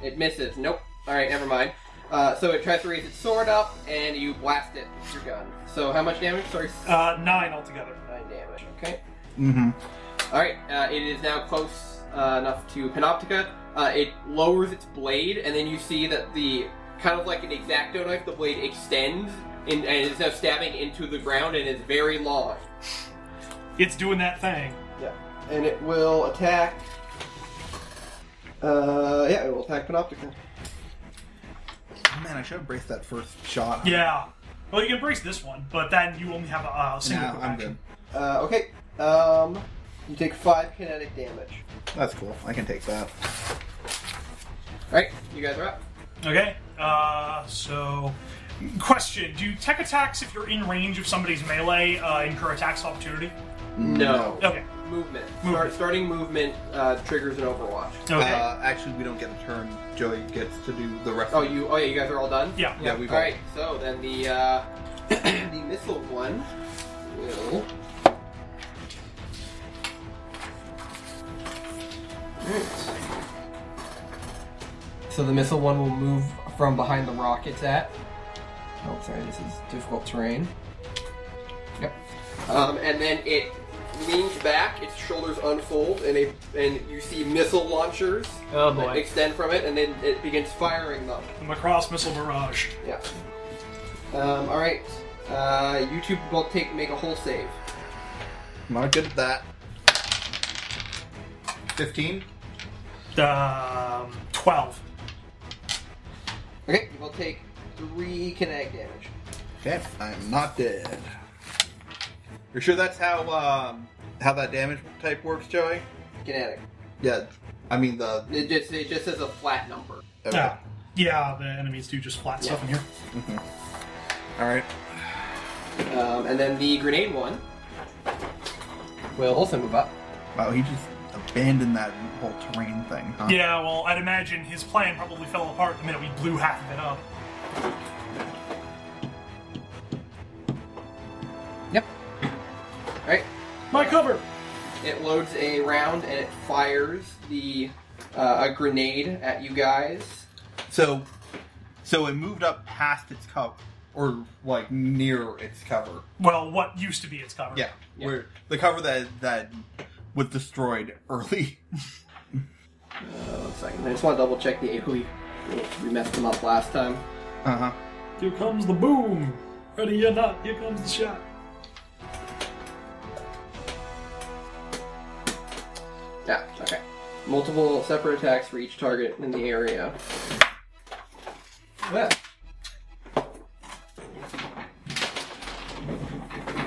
[SPEAKER 1] It misses. Nope. Alright, never mind. Uh, so it tries to raise its sword up, and you blast it with your gun. So how much damage? Sorry, s-
[SPEAKER 3] Uh, 9 altogether.
[SPEAKER 1] nine damage. Okay.
[SPEAKER 4] Mm-hmm.
[SPEAKER 1] Alright, uh, it is now close uh, enough to Panoptica. Uh, it lowers its blade, and then you see that the, kind of like an exacto knife, the blade extends in, and is now stabbing into the ground and is very long.
[SPEAKER 3] It's doing that thing.
[SPEAKER 1] Yeah, and it will attack. Uh, yeah, it will attack Panoptica.
[SPEAKER 4] Man, I should have braced that first shot.
[SPEAKER 3] Yeah. Well, you can brace this one, but then you only have a uh, single
[SPEAKER 4] Nah,
[SPEAKER 3] quick
[SPEAKER 4] I'm
[SPEAKER 3] action.
[SPEAKER 4] good.
[SPEAKER 1] Uh, okay. Um, you take five kinetic damage.
[SPEAKER 4] That's cool. I can take that.
[SPEAKER 1] All right, you guys are up.
[SPEAKER 3] Okay. Uh, so, question: Do tech attacks, if you're in range of somebody's melee, uh, incur attacks of opportunity?
[SPEAKER 1] No.
[SPEAKER 3] Okay.
[SPEAKER 1] Movement. Start,
[SPEAKER 3] Movement.
[SPEAKER 1] starting movement uh, triggers an Overwatch.
[SPEAKER 3] Okay.
[SPEAKER 4] Uh, actually, we don't get a turn. Joey gets to do the rest.
[SPEAKER 1] Oh,
[SPEAKER 4] of it.
[SPEAKER 1] you. Oh, yeah. You guys are all done.
[SPEAKER 3] yeah.
[SPEAKER 4] Yeah, we've
[SPEAKER 1] all right. So then the uh, the missile one will. Alright. So the missile one will move from behind the rock it's at. Oh, sorry, this is difficult terrain. Yep. Um, and then it leans back, its shoulders unfold, and a, and you see missile launchers
[SPEAKER 2] Oh, boy.
[SPEAKER 1] extend from it, and then it begins firing them.
[SPEAKER 3] The Macross missile barrage.
[SPEAKER 1] Yeah. Um, all right. Uh, you two both take make a whole save.
[SPEAKER 4] I'm not good at that. Fifteen.
[SPEAKER 3] Um, twelve.
[SPEAKER 1] Okay. You both take three kinetic damage.
[SPEAKER 4] Okay, I'm not dead. You're sure that's how um, how that damage type works, Joey?
[SPEAKER 1] Kinetic.
[SPEAKER 4] Yeah. I mean the.
[SPEAKER 1] It just it just says a flat number.
[SPEAKER 4] Okay.
[SPEAKER 3] Yeah. Yeah. The enemies do just flat stuff in here.
[SPEAKER 4] All right.
[SPEAKER 1] Um, and then the grenade one will also move up.
[SPEAKER 4] Wow, he just abandoned that whole terrain thing. Huh?
[SPEAKER 3] Yeah. Well, I'd imagine his plan probably fell apart the minute we blew half of it up.
[SPEAKER 1] All right.
[SPEAKER 3] My cover.
[SPEAKER 1] It loads a round and it fires the uh, a grenade at you guys.
[SPEAKER 4] So, so it moved up past its cover, or like near its cover.
[SPEAKER 3] Well, what used to be its cover.
[SPEAKER 4] Yeah,
[SPEAKER 1] Yeah.
[SPEAKER 4] where the cover that that was destroyed early.
[SPEAKER 1] Uh, one second. I just want to double check the AoE. We messed them up last time.
[SPEAKER 4] Uh huh.
[SPEAKER 3] Here comes the boom. Ready or not, here comes the shot.
[SPEAKER 1] Yeah, okay. Multiple separate attacks for each target in the area. Yeah.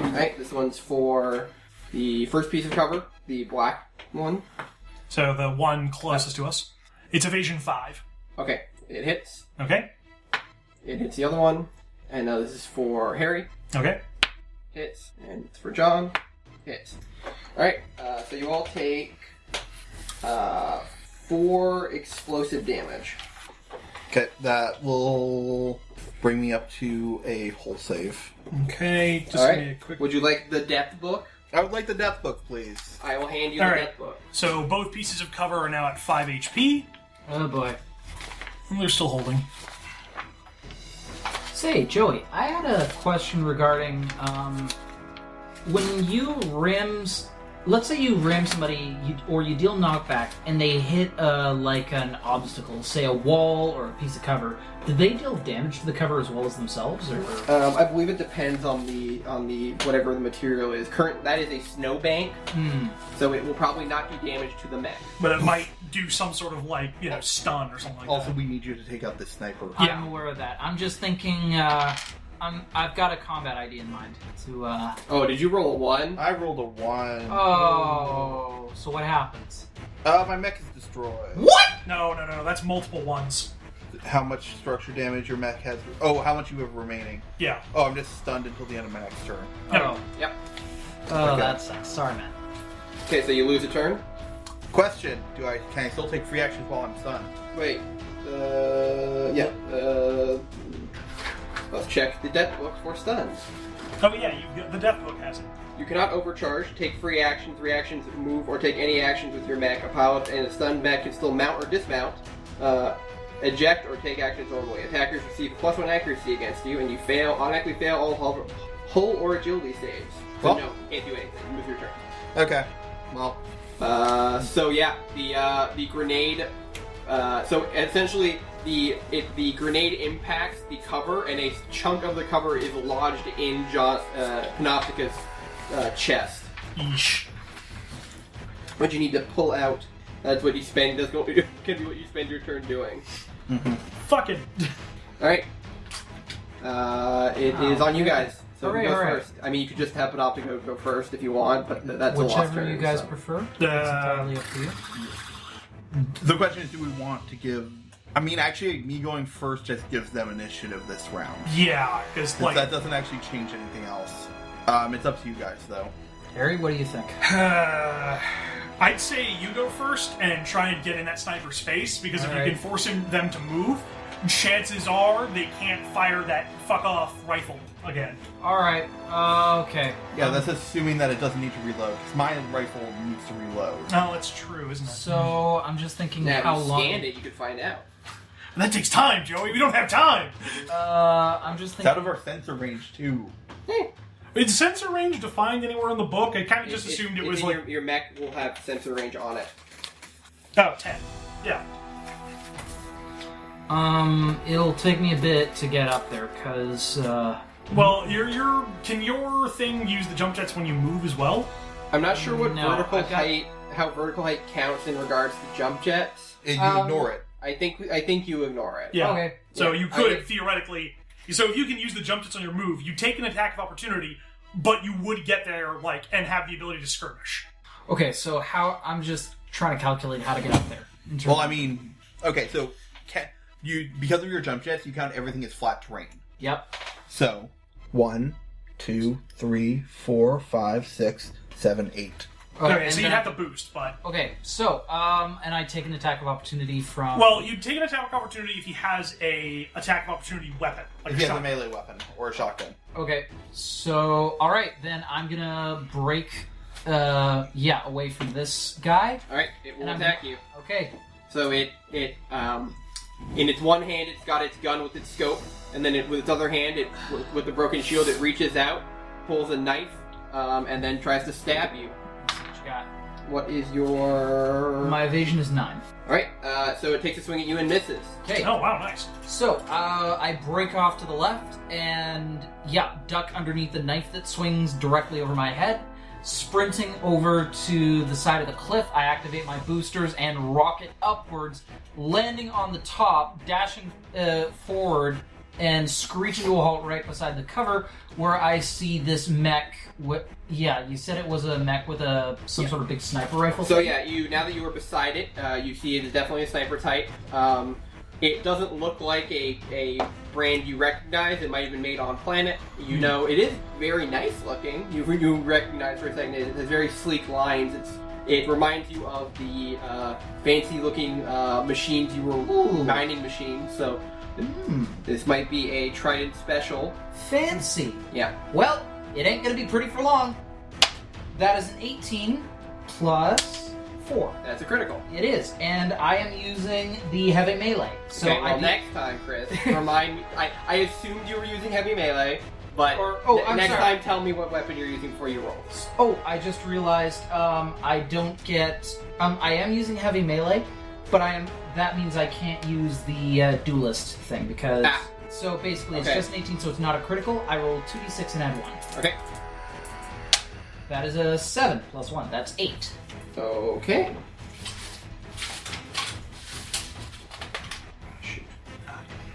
[SPEAKER 1] Alright, this one's for the first piece of cover, the black one.
[SPEAKER 3] So the one closest to us. It's evasion five.
[SPEAKER 1] Okay, it hits.
[SPEAKER 3] Okay.
[SPEAKER 1] It hits the other one. And now this is for Harry.
[SPEAKER 3] Okay.
[SPEAKER 1] Hits. And it's for John. Hits. Alright, uh, so you all take uh, four explosive damage.
[SPEAKER 4] Okay, that will bring me up to a whole save.
[SPEAKER 3] Okay. Just
[SPEAKER 1] All
[SPEAKER 3] give me a
[SPEAKER 1] right.
[SPEAKER 3] quick.
[SPEAKER 1] Would you like the depth book?
[SPEAKER 4] I would like the death book, please.
[SPEAKER 1] I will hand you
[SPEAKER 3] All
[SPEAKER 1] the
[SPEAKER 3] right.
[SPEAKER 1] depth book.
[SPEAKER 3] So both pieces of cover are now at five HP.
[SPEAKER 2] Oh boy.
[SPEAKER 3] And they're still holding.
[SPEAKER 2] Say, Joey, I had a question regarding um, when you rims. Let's say you ram somebody, you, or you deal knockback, and they hit uh, like an obstacle, say a wall or a piece of cover. Did they deal damage to the cover as well as themselves? Or
[SPEAKER 1] Um, I believe it depends on the on the whatever the material is. Current that is a snowbank,
[SPEAKER 2] Hmm.
[SPEAKER 1] so it will probably not do damage to the mech.
[SPEAKER 3] But it might do some sort of like, you know, stun or something like
[SPEAKER 4] Also,
[SPEAKER 3] that.
[SPEAKER 4] we need you to take out the sniper.
[SPEAKER 3] Yeah.
[SPEAKER 2] I'm aware of that. I'm just thinking. Uh, I'm, I've got a combat idea in mind. To uh,
[SPEAKER 1] Oh, did you roll a one?
[SPEAKER 4] I rolled a one.
[SPEAKER 2] oh, so what happens?
[SPEAKER 4] Uh, my mech is destroyed.
[SPEAKER 2] What?
[SPEAKER 3] No, no, no, that's multiple ones.
[SPEAKER 4] How much structure damage your mech has? Oh, how much you have remaining?
[SPEAKER 3] Yeah.
[SPEAKER 4] Oh, I'm just stunned until the end of my next turn.
[SPEAKER 2] Oh,
[SPEAKER 1] Yep.
[SPEAKER 2] oh,
[SPEAKER 4] Okay.
[SPEAKER 2] that sucks. Sorry, man.
[SPEAKER 1] Okay, so you lose a turn.
[SPEAKER 4] Question: Do I can I still take free actions while I'm stunned?
[SPEAKER 1] Wait. Uh, yeah. Uh, let's check the depth book for stuns.
[SPEAKER 3] Oh yeah, you, the death book has it.
[SPEAKER 1] You cannot overcharge, take free actions, reactions, move, or take any actions with your mech. A pilot and a stunned mech can still mount or dismount, uh, eject, or take actions only. Attackers receive a plus one accuracy against you, and you fail automatically fail all hull, hull or agility saves. So
[SPEAKER 4] Well-
[SPEAKER 1] no, can't do anything. Move your turn.
[SPEAKER 4] Okay. Well,
[SPEAKER 1] Uh, so yeah, the uh, the grenade. Uh, so essentially, the it, the grenade impacts the cover, and a chunk of the cover is lodged in John uh, Panoptica's uh, chest.
[SPEAKER 3] Yeesh.
[SPEAKER 1] What you need to pull out. That's what you spend. That's going can be what you spend your turn doing.
[SPEAKER 3] Fucking.
[SPEAKER 1] All right. Uh, it is
[SPEAKER 2] Oh,
[SPEAKER 1] on you guys. So
[SPEAKER 2] Hooray,
[SPEAKER 1] who goes
[SPEAKER 2] hooray.
[SPEAKER 1] first? I mean, you could just have Panoptico go first if you want, but th- that's a lost
[SPEAKER 2] Whichever
[SPEAKER 1] turn,
[SPEAKER 2] you guys
[SPEAKER 1] so.
[SPEAKER 2] prefer. It's
[SPEAKER 3] Uh,
[SPEAKER 2] entirely up to you.
[SPEAKER 4] The question is, do we want to give? I mean, actually, me going first just gives them initiative this round.
[SPEAKER 3] yeah, because
[SPEAKER 4] Since
[SPEAKER 3] like
[SPEAKER 4] that doesn't actually change anything else. Um, it's up to you guys, though.
[SPEAKER 2] Harry, what do you think?
[SPEAKER 3] Uh, I'd say you go first and try and get in that sniper's face because if
[SPEAKER 2] Alright.
[SPEAKER 3] you can force him, them to move, chances are they can't fire that fuck off rifle again.
[SPEAKER 2] All right. Uh, okay.
[SPEAKER 4] Yeah, that's assuming that it doesn't need to reload. 'cause my rifle needs to reload.
[SPEAKER 3] No, Oh, that's true, isn't it?
[SPEAKER 2] So I'm just thinking
[SPEAKER 1] Now, if
[SPEAKER 2] how
[SPEAKER 1] you
[SPEAKER 2] long.
[SPEAKER 1] scanned it, you could find out.
[SPEAKER 3] that takes time, Joey. We don't have time.
[SPEAKER 2] Uh, I'm just
[SPEAKER 4] It's
[SPEAKER 2] thinking.
[SPEAKER 4] out of our sensor range too.
[SPEAKER 3] Is sensor range defined anywhere in the book? I kind of just assumed it, was
[SPEAKER 1] in
[SPEAKER 3] like
[SPEAKER 1] your, your mech will have sensor range on it.
[SPEAKER 3] oh, 10. Yeah.
[SPEAKER 2] Um, it'll take me a bit to get up there because uh,
[SPEAKER 3] Well, your your can your thing use the jump jets when you move as well?
[SPEAKER 1] I'm not sure what
[SPEAKER 2] No,
[SPEAKER 1] vertical
[SPEAKER 2] I've got-
[SPEAKER 1] height, how vertical height counts in regards to jump jets.
[SPEAKER 4] And you
[SPEAKER 2] Um,
[SPEAKER 4] ignore it.
[SPEAKER 1] I think I think you ignore it.
[SPEAKER 3] Yeah.
[SPEAKER 2] Okay.
[SPEAKER 3] So
[SPEAKER 1] Yeah,
[SPEAKER 3] you
[SPEAKER 1] I
[SPEAKER 3] could
[SPEAKER 1] get-
[SPEAKER 3] theoretically. So if you can use the jump jets on your move, you take an attack of opportunity, but you would get there like and have the ability to skirmish.
[SPEAKER 2] okay. So how I'm just trying to calculate how to get up there. in terms-
[SPEAKER 4] Well, I mean, okay, so ca you because of your jump jets, you count everything as flat terrain.
[SPEAKER 2] Yep.
[SPEAKER 4] So one, two, three, four, five, six, seven, eight.
[SPEAKER 3] Okay, so
[SPEAKER 2] and
[SPEAKER 3] you'd
[SPEAKER 2] then-
[SPEAKER 3] have to boost, but
[SPEAKER 2] Okay, so um, and I take an attack of opportunity from.
[SPEAKER 3] well, you'd take an attack of opportunity if he has a attack of opportunity weapon, like
[SPEAKER 4] If
[SPEAKER 3] a
[SPEAKER 4] he has a
[SPEAKER 3] shotgun.
[SPEAKER 4] melee weapon or a shotgun.
[SPEAKER 2] Okay, so all right, then I'm gonna break. Uh, yeah, away from this guy.
[SPEAKER 1] All right, it will
[SPEAKER 2] And I'm-
[SPEAKER 1] attack you.
[SPEAKER 2] Okay.
[SPEAKER 1] So it it um, in its one hand it's got its gun with its scope, and then it, with its other hand it with, with the broken shield it reaches out, pulls a knife, um, and then tries to stab you.
[SPEAKER 2] What you got?
[SPEAKER 1] What is your?
[SPEAKER 2] My evasion is nine.
[SPEAKER 1] All right, uh, so it takes a swing at you and misses.
[SPEAKER 2] Okay.
[SPEAKER 3] Oh wow, nice.
[SPEAKER 2] So uh, I break off to the left and yeah, duck underneath the knife that swings directly over my head. Sprinting over to the side of the cliff, I activate my boosters and rocket upwards, landing on the top, dashing uh, forward, and screeching to a halt right beside the cover, where I see this mech. With, yeah, you said it was a mech with a some sort of big sniper rifle.
[SPEAKER 1] So
[SPEAKER 2] thing?
[SPEAKER 1] yeah, you now that you were beside it, uh, you see it is definitely a sniper type. Um, it doesn't look like a, a brand you recognize. It might have been made on planet.
[SPEAKER 2] Hmm.
[SPEAKER 1] You know, it is very nice looking. You, you recognize for a second it has very sleek lines. It's it reminds you of the uh, fancy looking uh, machines you were
[SPEAKER 2] Ooh.
[SPEAKER 1] mining machines. So
[SPEAKER 2] Hmm,
[SPEAKER 1] this might be a Trident special.
[SPEAKER 2] fancy.
[SPEAKER 1] Yeah.
[SPEAKER 2] Well, it ain't gonna be pretty for long. That is an 18 plus 4.
[SPEAKER 1] That's a critical.
[SPEAKER 2] It is, and I am using the heavy melee. So
[SPEAKER 1] okay,
[SPEAKER 2] I
[SPEAKER 1] well,
[SPEAKER 2] do-
[SPEAKER 1] next time, Chris, remind me. I, I assumed you were using heavy melee, but
[SPEAKER 2] Or- oh,
[SPEAKER 1] ne-
[SPEAKER 2] I'm
[SPEAKER 1] next
[SPEAKER 2] sorry.
[SPEAKER 1] time tell me what weapon you're using before you roll.
[SPEAKER 2] Oh, I just realized um, I don't get. Um, I am using heavy melee, but I am. That means I can't use the uh, duelist thing because.
[SPEAKER 1] Ah.
[SPEAKER 2] So basically, it's
[SPEAKER 1] Okay.
[SPEAKER 2] just an 18, so it's not a critical. I roll 2d6 and add 1.
[SPEAKER 1] Okay.
[SPEAKER 2] That is a 7 plus 1. That's 8.
[SPEAKER 1] Okay.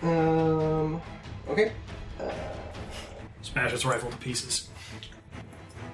[SPEAKER 1] Um. Okay.
[SPEAKER 3] Smash his rifle to pieces.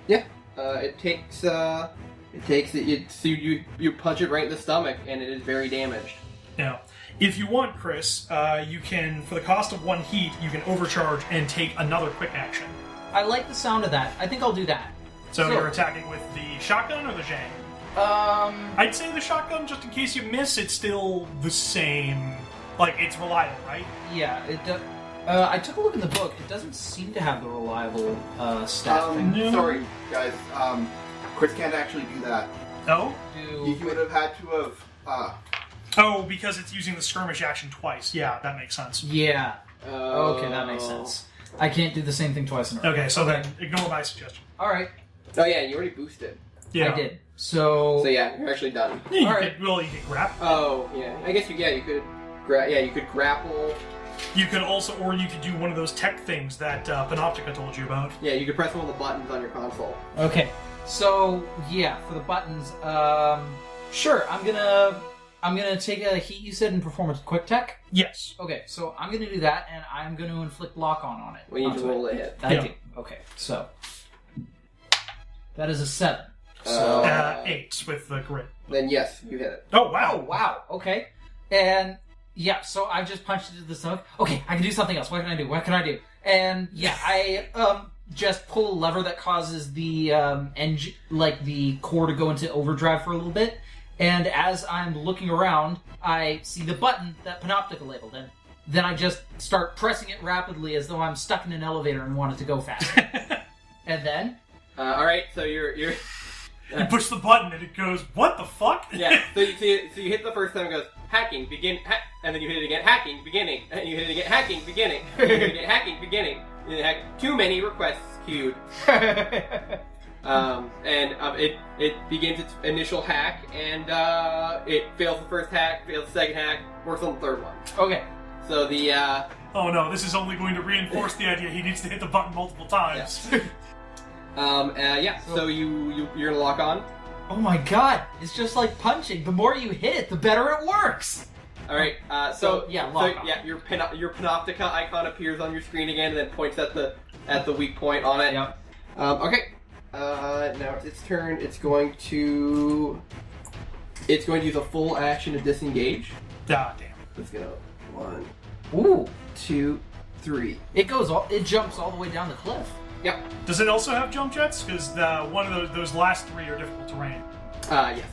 [SPEAKER 1] Yeah. Uh, it takes. Uh, it takes it. You, so you you punch it right in the stomach, and it is very damaged.
[SPEAKER 3] Now, if you want, Chris, uh, you can for the cost of one heat, you can overcharge and take another quick action.
[SPEAKER 2] I like the sound of that. I think I'll do that.
[SPEAKER 3] So,
[SPEAKER 2] So-
[SPEAKER 3] you're attacking with the shotgun or the Zhang?
[SPEAKER 2] Um.
[SPEAKER 3] I'd say the shotgun, just in case you miss, it's still the same. Like it's reliable, right?
[SPEAKER 2] Yeah, it does. Uh, I took a look in the book. It doesn't seem to have the reliable uh, stat
[SPEAKER 5] Um,
[SPEAKER 2] thing.
[SPEAKER 3] No.
[SPEAKER 5] Sorry, guys. Um, Chris can't actually do that.
[SPEAKER 3] No.
[SPEAKER 5] He
[SPEAKER 2] Do
[SPEAKER 5] would have had to have. Uh,
[SPEAKER 3] Oh, because it's using the skirmish action twice. Yeah, that makes sense.
[SPEAKER 2] yeah.
[SPEAKER 1] Uh,
[SPEAKER 2] Okay, that makes
[SPEAKER 1] Oh.
[SPEAKER 2] sense. I can't do the same thing twice in a row.
[SPEAKER 3] Okay, so then ignore my suggestion.
[SPEAKER 2] All right,
[SPEAKER 1] Oh yeah, you already boosted.
[SPEAKER 3] Yeah.
[SPEAKER 2] I did. So,
[SPEAKER 1] So yeah, you're actually done.
[SPEAKER 3] Yeah, you
[SPEAKER 2] All
[SPEAKER 3] could, well, you could grapple.
[SPEAKER 1] Oh yeah, I guess you yeah you could. Gra- yeah, you could grapple.
[SPEAKER 3] You could also, or you could do one of those tech things that uh, Panoptica told you about.
[SPEAKER 1] Yeah, you could press one of the buttons on your console.
[SPEAKER 2] okay. So yeah, for the buttons, um, sure. I'm gonna. I'm gonna take a heat you said and perform a quick tech.
[SPEAKER 3] Yes.
[SPEAKER 2] Okay, so I'm gonna do that, and I'm gonna inflict lock on on it.
[SPEAKER 1] We need to
[SPEAKER 2] Onto it.
[SPEAKER 1] roll a hit.
[SPEAKER 2] I
[SPEAKER 3] Yeah.
[SPEAKER 2] do. Okay, so that is a seven. So
[SPEAKER 1] Uh,
[SPEAKER 3] Uh, eight with the grit.
[SPEAKER 1] Then yes, you hit it.
[SPEAKER 3] Oh
[SPEAKER 2] Oh
[SPEAKER 3] wow!
[SPEAKER 2] wow. Okay. And yeah, so I just punched into the stomach. Okay, I can do something else. What can I do? What can I do? And yeah, I um just pull a lever that causes the um engine like the core to go into overdrive for a little bit. And as I'm looking around, I see the button that Panoptica labeled in. Then I just start pressing it rapidly as though I'm stuck in an elevator and want it to go faster. and then
[SPEAKER 1] Uh, all right, so you're you're
[SPEAKER 3] You push the button and it goes. What the fuck?
[SPEAKER 1] yeah. So you, so you so you hit the first time it goes hacking begin, ha-, and then you hit it again hacking beginning, and you hit it again hacking beginning, and you hit it again, hacking beginning. You hack too many requests queued. Um, and um, it it begins its initial hack, and uh, it fails the first hack, fails the second hack, works on the third one.
[SPEAKER 2] Okay.
[SPEAKER 1] So the uh,
[SPEAKER 3] Oh no! This is only going to reinforce the idea he needs to hit the button multiple times.
[SPEAKER 1] um, uh, yeah, so you, you you're gonna lock on.
[SPEAKER 2] Oh my god, it's just like punching. The more you hit it, the better it works.
[SPEAKER 1] All right. Uh, so,
[SPEAKER 2] So, Oh, yeah,
[SPEAKER 1] so,
[SPEAKER 2] lock on.
[SPEAKER 1] yeah, your pano- your panoptica icon appears on your screen again, and then points at the at the weak point on it.
[SPEAKER 2] Yep.
[SPEAKER 1] Um, okay. Uh, now it's its turn. It's going to it's going to use a full action to disengage.
[SPEAKER 3] Ah damn!
[SPEAKER 1] Let's go. One,
[SPEAKER 2] Ooh,
[SPEAKER 1] two, three.
[SPEAKER 2] it goes all. It jumps all the way down the cliff.
[SPEAKER 1] Yep.
[SPEAKER 3] Does it also have jump jets? Because one of those, those last three are difficult terrain.
[SPEAKER 1] Uh, yes.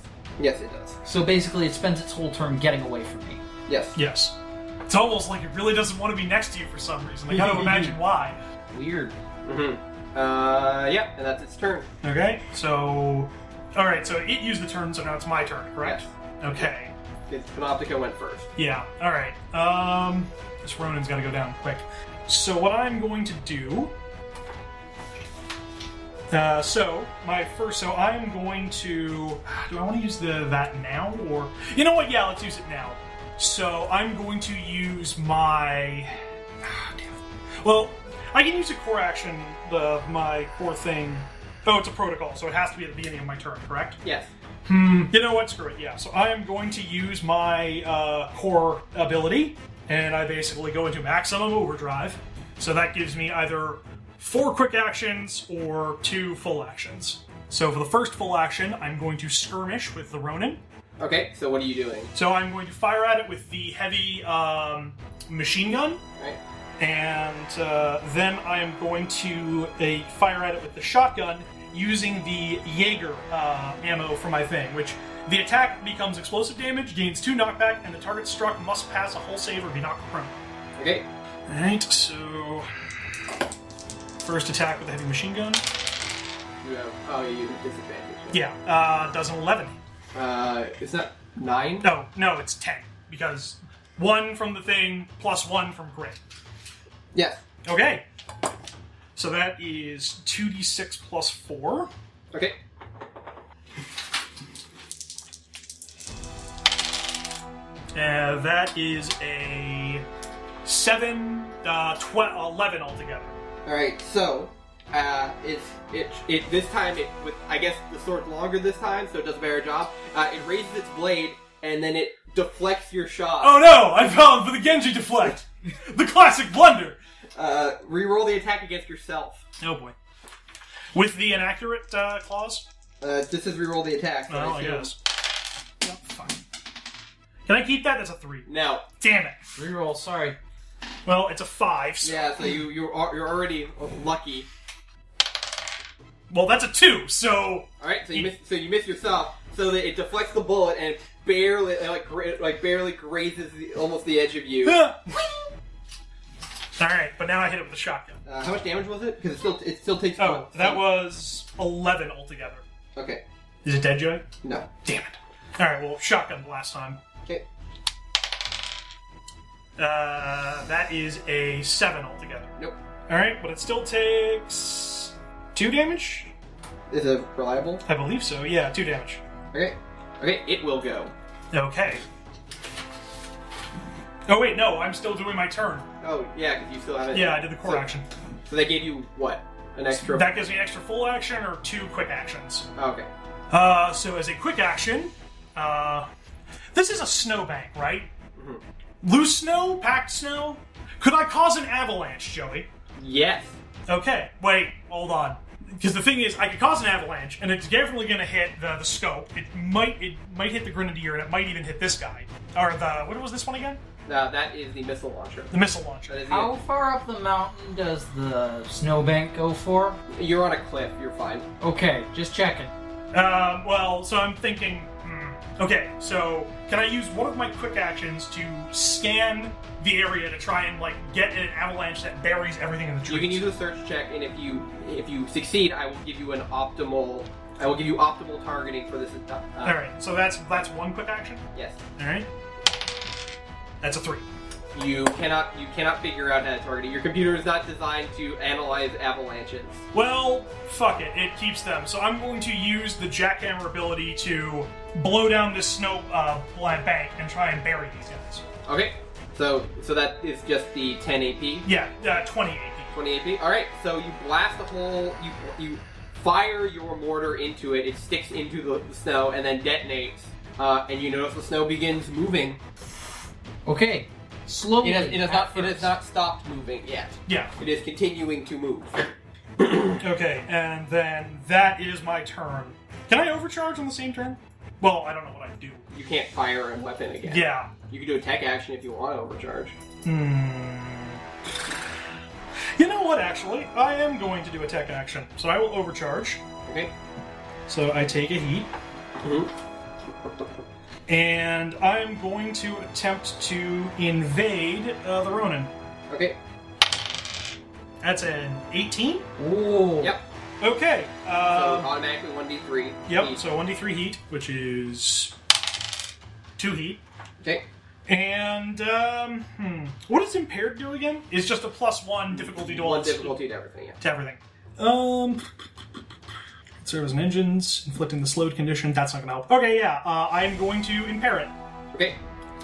[SPEAKER 1] Yes, it does.
[SPEAKER 2] So basically, it spends its whole turn getting away from me.
[SPEAKER 1] Yes.
[SPEAKER 3] Yes. It's almost like it really doesn't want to be next to you for some reason. I gotta imagine why.
[SPEAKER 2] Weird.
[SPEAKER 1] Mm-hmm. Uh, yep. And that's its turn.
[SPEAKER 3] Okay. So, all right. So it used the turn, so now it's my turn, correct? Okay.
[SPEAKER 1] Yes. 'Cause Panoptica went first.
[SPEAKER 3] Yeah. All right. Um, this Ronin's got to go down quick. So what I'm going to do. Uh, so my first. So I'm going to. Do I want to use the that now or? You know what? Yeah, let's use it now. So I'm going to use my. ah, damn it. Well, I can use a core action. The my core thing. Oh, it's a protocol, so it has to be at the beginning of my turn, correct?
[SPEAKER 1] Yes.
[SPEAKER 3] Hmm. You know what? Screw it. Yeah. So I am going to use my uh, core ability, and I basically go into maximum overdrive. So that gives me either four quick actions or two full actions. So for the first full action, I'm going to skirmish with the Ronin.
[SPEAKER 1] Okay. So what are you doing?
[SPEAKER 3] So I'm going to fire at it with the heavy um, machine gun,
[SPEAKER 1] All right.
[SPEAKER 3] and uh, then I am going to uh, fire at it with the shotgun using the Jaeger uh, ammo for my thing, which the attack becomes explosive damage, gains two knockback, and the target struck must pass a hull save or be knocked prone.
[SPEAKER 1] Okay.
[SPEAKER 3] Alright, so. First attack with the heavy machine gun.
[SPEAKER 1] You have. Oh, you have disadvantage.
[SPEAKER 3] Yeah, uh, does an 11.
[SPEAKER 1] Uh, it's not nine.
[SPEAKER 3] No, no, it's 10, because one from the thing plus one from grit.
[SPEAKER 1] Yes.
[SPEAKER 3] Okay. So that is 2d6 plus 4.
[SPEAKER 1] Okay.
[SPEAKER 3] Uh, that is a 7, uh, tw- 11 altogether.
[SPEAKER 1] All right. So, uh, it's it it this time it with I guess the sword's longer this time, so it does a better job. Uh, it raises its blade and then it deflects your shot.
[SPEAKER 3] Oh no, I fell for the Genji deflect! the classic blunder!
[SPEAKER 1] Uh, reroll the attack against yourself.
[SPEAKER 3] Oh boy. With the inaccurate uh, clause?
[SPEAKER 1] Uh, this is reroll the attack. so I
[SPEAKER 3] Oh,
[SPEAKER 1] assume-
[SPEAKER 3] yes. Yep, fine. Can I keep that? That's a 3.
[SPEAKER 1] No.
[SPEAKER 3] Damn it.
[SPEAKER 2] Reroll. Sorry.
[SPEAKER 3] Well, it's a 5. so-
[SPEAKER 1] Yeah. So you you are you're already lucky.
[SPEAKER 3] Well, that's a 2, so.
[SPEAKER 1] All right. So you
[SPEAKER 3] Mm.
[SPEAKER 1] miss so you miss yourself. So that it deflects the bullet and it barely it like gra- it, like barely grazes the, almost the edge of you. Uh,
[SPEAKER 3] Alright, but now I hit it with a shotgun.
[SPEAKER 1] Uh, how much damage was it? Because it still it still takes.
[SPEAKER 3] Oh, that
[SPEAKER 1] so-
[SPEAKER 3] was 11 altogether.
[SPEAKER 1] Okay.
[SPEAKER 3] Is it dead, Joey?
[SPEAKER 1] No.
[SPEAKER 3] Damn it. Alright, well, shotgun last time.
[SPEAKER 1] Okay.
[SPEAKER 3] Uh, that is a 7 altogether.
[SPEAKER 1] Nope.
[SPEAKER 3] Alright, but it still takes. 2 damage?
[SPEAKER 1] Is it reliable?
[SPEAKER 3] I believe so, yeah, 2 damage.
[SPEAKER 1] Okay. Okay, it will go.
[SPEAKER 3] Okay. Oh, wait, no, I'm still doing my turn.
[SPEAKER 1] Oh, yeah, because you still have it.
[SPEAKER 3] Yeah, I did the core
[SPEAKER 1] so,
[SPEAKER 3] action.
[SPEAKER 1] So they gave you what? An extra. Oh,
[SPEAKER 3] That gives me an extra full action or two quick actions.
[SPEAKER 1] Okay.
[SPEAKER 3] Uh, so as a quick action, uh, This is a snowbank, right? Loose snow, packed snow. Could I cause an avalanche, Joey?
[SPEAKER 1] Yes.
[SPEAKER 3] Okay, wait, hold on. Because the thing is, I could cause an avalanche, and it's definitely going to hit the, the scope. It might it might hit the grenadier, and it might even hit this guy or the what was this one again?
[SPEAKER 1] Uh, that is the missile launcher.
[SPEAKER 3] The missile
[SPEAKER 1] That
[SPEAKER 3] launcher.
[SPEAKER 1] is the-
[SPEAKER 2] How far up the mountain does the snowbank go for?
[SPEAKER 1] you're on a cliff. You're fine.
[SPEAKER 2] Okay, just checking.
[SPEAKER 3] Um, well, so I'm thinking. hmm, Okay, so can I use one of my quick actions to scan the area to try and like get an avalanche that buries everything in the
[SPEAKER 1] You
[SPEAKER 3] trees?
[SPEAKER 1] can use a search check, and if you if you succeed, I will give you an optimal. I will give you optimal targeting for this. Uh,
[SPEAKER 3] All right, so that's that's one quick action.
[SPEAKER 1] Yes.
[SPEAKER 3] All right, that's a three.
[SPEAKER 1] You cannot you cannot figure out how to target it. Your computer is not designed to analyze avalanches.
[SPEAKER 3] Well, fuck it. It keeps them. So I'm going to use the jackhammer ability to blow down this snow uh, blank bank and try and bury these guys.
[SPEAKER 1] Okay. So so that is just the 10 AP,
[SPEAKER 3] Yeah, uh, 20 AP.
[SPEAKER 1] 20 AP. All right. So you blast a hole. You you fire your mortar into it. It sticks into the, the snow and then detonates. Uh, and you notice the snow begins moving.
[SPEAKER 2] Okay, slowly.
[SPEAKER 1] It has, it has
[SPEAKER 2] at
[SPEAKER 1] not it has
[SPEAKER 2] first.
[SPEAKER 1] not stopped moving yet.
[SPEAKER 3] Yeah.
[SPEAKER 1] It is continuing to move.
[SPEAKER 3] Okay, and then that is my turn. Can I overcharge on the same turn? Well, I don't know what I do.
[SPEAKER 1] You can't fire a weapon again.
[SPEAKER 3] Yeah.
[SPEAKER 1] You can do a tech action if you want to overcharge.
[SPEAKER 3] Hmm. You know what, actually? I am going to do a tech action. So I will overcharge.
[SPEAKER 1] Okay.
[SPEAKER 3] So I take a heat.
[SPEAKER 1] Mhm.
[SPEAKER 3] And I'm going to attempt to invade uh, the Ronin.
[SPEAKER 1] Okay.
[SPEAKER 3] That's an 18.
[SPEAKER 2] Ooh.
[SPEAKER 1] Yep.
[SPEAKER 3] Okay.
[SPEAKER 1] So
[SPEAKER 3] Um,
[SPEAKER 1] automatically 1d3.
[SPEAKER 3] yep.
[SPEAKER 1] each.
[SPEAKER 3] So 1d3 heat, which is two heat.
[SPEAKER 1] Okay.
[SPEAKER 3] And um, hmm, what does impaired do again? It's just a plus one difficulty to all
[SPEAKER 1] One
[SPEAKER 3] its-
[SPEAKER 1] difficulty to everything. Yeah.
[SPEAKER 3] to everything. Um, it serves an engines, inflicting the slowed condition. That's not going to help. Okay, yeah. Uh, I'm going to impair it.
[SPEAKER 1] Okay.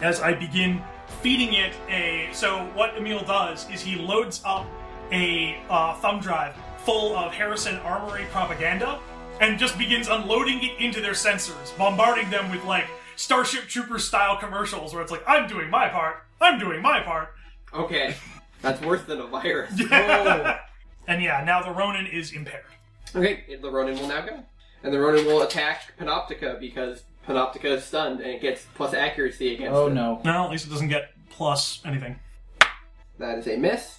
[SPEAKER 3] as I begin feeding it a. So what Emil does is he loads up a uh, thumb drive full of Harrison Armory propaganda and just begins unloading it into their sensors, bombarding them with like Starship Troopers style commercials where it's like, "I'm doing my part, I'm doing my part."
[SPEAKER 1] Okay. That's worse than a virus.
[SPEAKER 3] and yeah, now the Ronin is impaired.
[SPEAKER 1] Okay. and The Ronin will now go, and the Ronin will attack Panoptica because Panoptica is stunned and it gets plus accuracy against.
[SPEAKER 2] Oh
[SPEAKER 1] it.
[SPEAKER 2] no.
[SPEAKER 3] Well, at least it doesn't get plus anything.
[SPEAKER 1] That is a miss.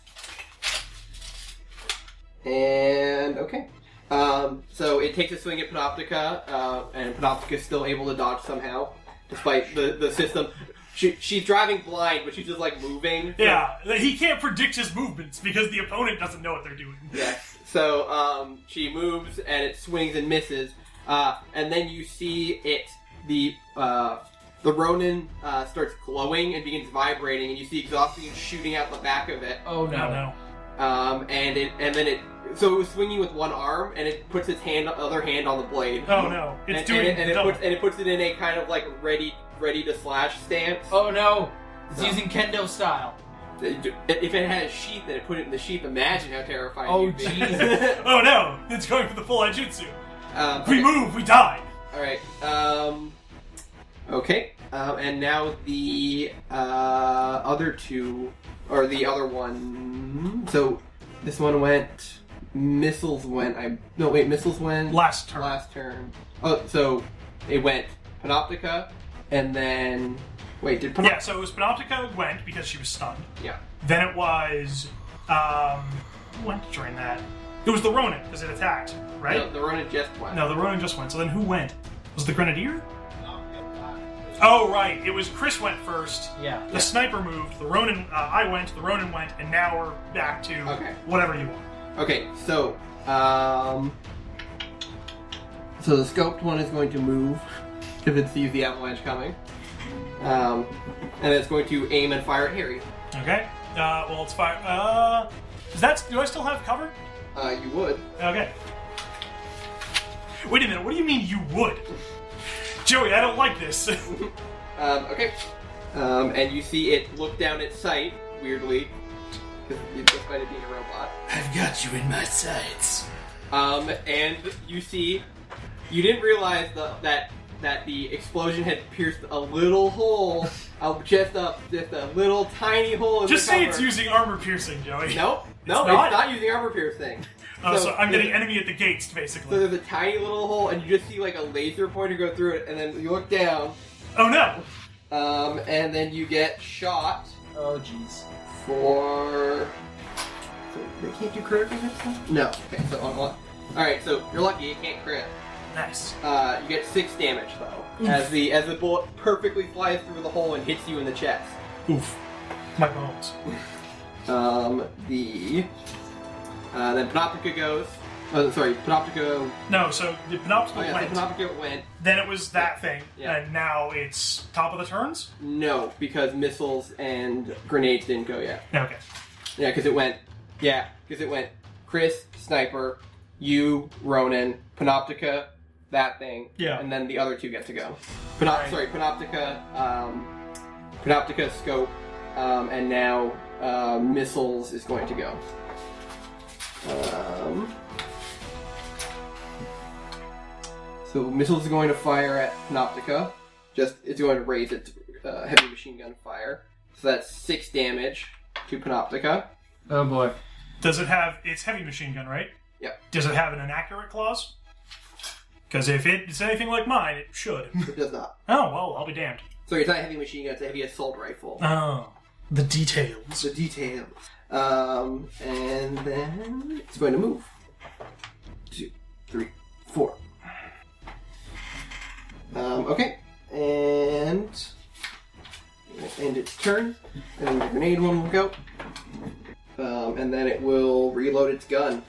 [SPEAKER 1] And okay. Um, so it takes a swing at Panoptica, uh, and Panoptica is still able to dodge somehow, despite the, the system. She, she's driving blind, but she's just like moving.
[SPEAKER 3] Yeah, he can't predict his movements because the opponent doesn't know what they're doing.
[SPEAKER 1] Yes. So um, she moves and it swings and misses, uh, and then you see it the uh, the Ronin uh, starts glowing and begins vibrating, and you see exhaustion shooting out the back of it,
[SPEAKER 2] Oh
[SPEAKER 3] No,
[SPEAKER 2] no.
[SPEAKER 3] no.
[SPEAKER 1] um, and it and then it so it was swinging with one arm and it puts its hand other hand on the blade.
[SPEAKER 3] Oh no. It's
[SPEAKER 1] and,
[SPEAKER 3] doing
[SPEAKER 1] and, it, and, it
[SPEAKER 3] double.
[SPEAKER 1] puts, and it puts it in a kind of like ready ready to slash stance.
[SPEAKER 2] Oh no. It's
[SPEAKER 1] No.
[SPEAKER 2] using kendo style.
[SPEAKER 1] If it had a sheath and it put it in the sheath, imagine how terrifying.
[SPEAKER 2] Oh,
[SPEAKER 1] you'd be.
[SPEAKER 2] Jesus.
[SPEAKER 3] oh no, it's going for the full Aijutsu.
[SPEAKER 1] um,
[SPEAKER 3] If we move, we die.
[SPEAKER 1] All right. Um, okay. Um, and now the uh, other two, or the other one. So this one went. Missiles went. I no wait. Missiles went
[SPEAKER 3] Last turn.
[SPEAKER 1] last turn. Oh, so it went Panoptica, and then wait. Did
[SPEAKER 3] Yeah,
[SPEAKER 1] Panoptica?
[SPEAKER 3] so it was Panoptica went because she was stunned.
[SPEAKER 1] Yeah.
[SPEAKER 3] Then it was um who went during that? It was the Ronin, because it attacked, right?
[SPEAKER 1] No, the Ronin just went.
[SPEAKER 3] No, the Ronin just went. So then who went? Was it the Grenadier? Oh right, it was Chris went first.
[SPEAKER 2] Yeah.
[SPEAKER 3] The sniper moved. The Ronin, uh, I went. The Ronin went, and now we're back to
[SPEAKER 1] Okay.
[SPEAKER 3] whatever you want.
[SPEAKER 1] Okay. So um, so the scoped one is going to move if it sees the avalanche coming. Um, and it's going to aim and fire at Harry.
[SPEAKER 3] Okay. Uh, well, it's fire. Uh, is that? Do I still have cover?
[SPEAKER 1] Uh, you would.
[SPEAKER 3] Okay. Wait a minute, what do you mean you would? Joey, I don't like this.
[SPEAKER 1] Um, okay. Um, and you see it look down at sight, weirdly, because despite it being a robot.
[SPEAKER 4] I've got you in my sights.
[SPEAKER 1] Um, and you see, you didn't realize the, that that the explosion had pierced a little hole, uh, just a just a little tiny hole. In
[SPEAKER 3] Just
[SPEAKER 1] the
[SPEAKER 3] say
[SPEAKER 1] cover.
[SPEAKER 3] it's using armor piercing, Joey.
[SPEAKER 1] Nope, no, it's,
[SPEAKER 3] not.
[SPEAKER 1] not using armor piercing.
[SPEAKER 3] Uh, so, I'm
[SPEAKER 1] there's-
[SPEAKER 3] getting enemy at the gates,
[SPEAKER 1] So
[SPEAKER 3] basically.
[SPEAKER 1] there's a tiny little hole, and you just see like a laser pointer go through it, and then you look down,
[SPEAKER 3] Oh no!
[SPEAKER 1] um, and then you get shot
[SPEAKER 2] Oh, jeez.
[SPEAKER 1] for. So they can't do critical hits. now? No. Okay. So on luck. All right. So you're lucky. You can't crit.
[SPEAKER 3] Nice.
[SPEAKER 1] Uh, you get six damage
[SPEAKER 3] Mm.
[SPEAKER 1] though, as the as the bullet perfectly flies through the hole and hits you in the chest.
[SPEAKER 3] Oof. My bones.
[SPEAKER 1] Um, the uh, then Panoptica goes. Oh, sorry, Panoptica.
[SPEAKER 3] No, so the
[SPEAKER 1] Oh
[SPEAKER 3] Panoptical
[SPEAKER 1] yeah,
[SPEAKER 3] went.
[SPEAKER 1] so Panoptica went.
[SPEAKER 3] then it was that thing,
[SPEAKER 1] Yeah.
[SPEAKER 3] and now it's top of the turns?
[SPEAKER 1] No, because missiles and grenades didn't go yet.
[SPEAKER 3] Okay.
[SPEAKER 1] Yeah, because it went. Yeah, because it went. Chris, sniper, you, Ronan, Panoptica, that thing.
[SPEAKER 3] Yeah.
[SPEAKER 1] And then the other two get to go. Panop-
[SPEAKER 3] Right.
[SPEAKER 1] Sorry, Panoptica, um, Panoptica, scope, um, and now uh, missiles is going to go. Um, so missiles is going to fire at Panoptica. Just it's going to raise its uh, heavy machine gun fire. So that's six damage to Panoptica.
[SPEAKER 2] Oh boy.
[SPEAKER 3] Does it have its heavy machine gun, right?
[SPEAKER 1] Yep.
[SPEAKER 3] Does it have an inaccurate clause? Because if it's anything like mine, it should.
[SPEAKER 1] It does not.
[SPEAKER 3] oh, well, I'll be damned.
[SPEAKER 1] So it's not a heavy machine gun, it's a heavy assault riful.
[SPEAKER 3] Oh. The details.
[SPEAKER 1] The details. Um, and then it's going to move. Two, three, four. Um, okay. And it'll end its turn. And then the grenade one will go. Um, and then it will reload its gun.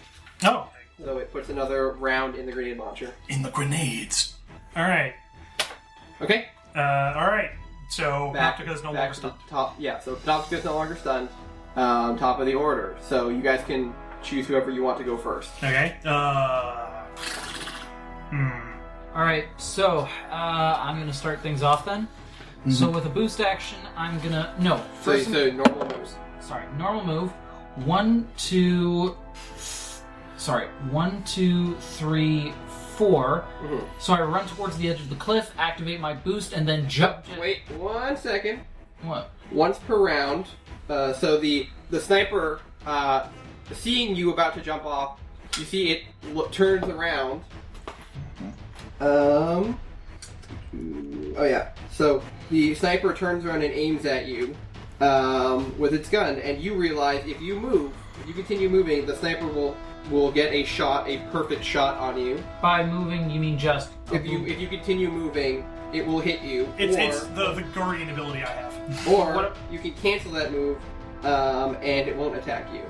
[SPEAKER 3] Oh.
[SPEAKER 1] So it puts another round in the grenade launcher.
[SPEAKER 3] In the grenades. Alright.
[SPEAKER 1] Okay.
[SPEAKER 3] Uh, alright. So,
[SPEAKER 1] back,
[SPEAKER 3] Panoptica's no
[SPEAKER 1] back to
[SPEAKER 3] longer
[SPEAKER 1] the
[SPEAKER 3] stunned.
[SPEAKER 1] Top, yeah, so Panoptica's no longer stunned. Um, top of the order. So you guys can choose whoever you want to go first.
[SPEAKER 3] Okay. Uh. Hmm.
[SPEAKER 2] All right, so uh, I'm gonna start things off then. So
[SPEAKER 1] Mm-hmm.
[SPEAKER 2] with a boost action, I'm gonna no
[SPEAKER 1] So,
[SPEAKER 2] first.
[SPEAKER 1] so normal moves.
[SPEAKER 2] sorry, normal move. One, two. Sorry, one, two, three, four.
[SPEAKER 1] Mhm.
[SPEAKER 2] So I run towards the edge of the cliff, activate my boost, and then jump.
[SPEAKER 1] Wait one second.
[SPEAKER 2] What?
[SPEAKER 1] Once per round. Uh, so the the sniper, uh, seeing you about to jump off, you see it lo- turns around. Um. Oh yeah. So the sniper turns around and aims at you um, with its gun, and you realize if you move, if you continue moving, the sniper will will get a shot, a perfect shot on you.
[SPEAKER 2] By moving, you mean just
[SPEAKER 1] If you if you continue moving, it will hit you.
[SPEAKER 3] Uh-huh. It's,
[SPEAKER 1] or,
[SPEAKER 3] it's the, the guardian ability I have.
[SPEAKER 1] or
[SPEAKER 3] What-
[SPEAKER 1] you can cancel that move, um, and it won't attack you.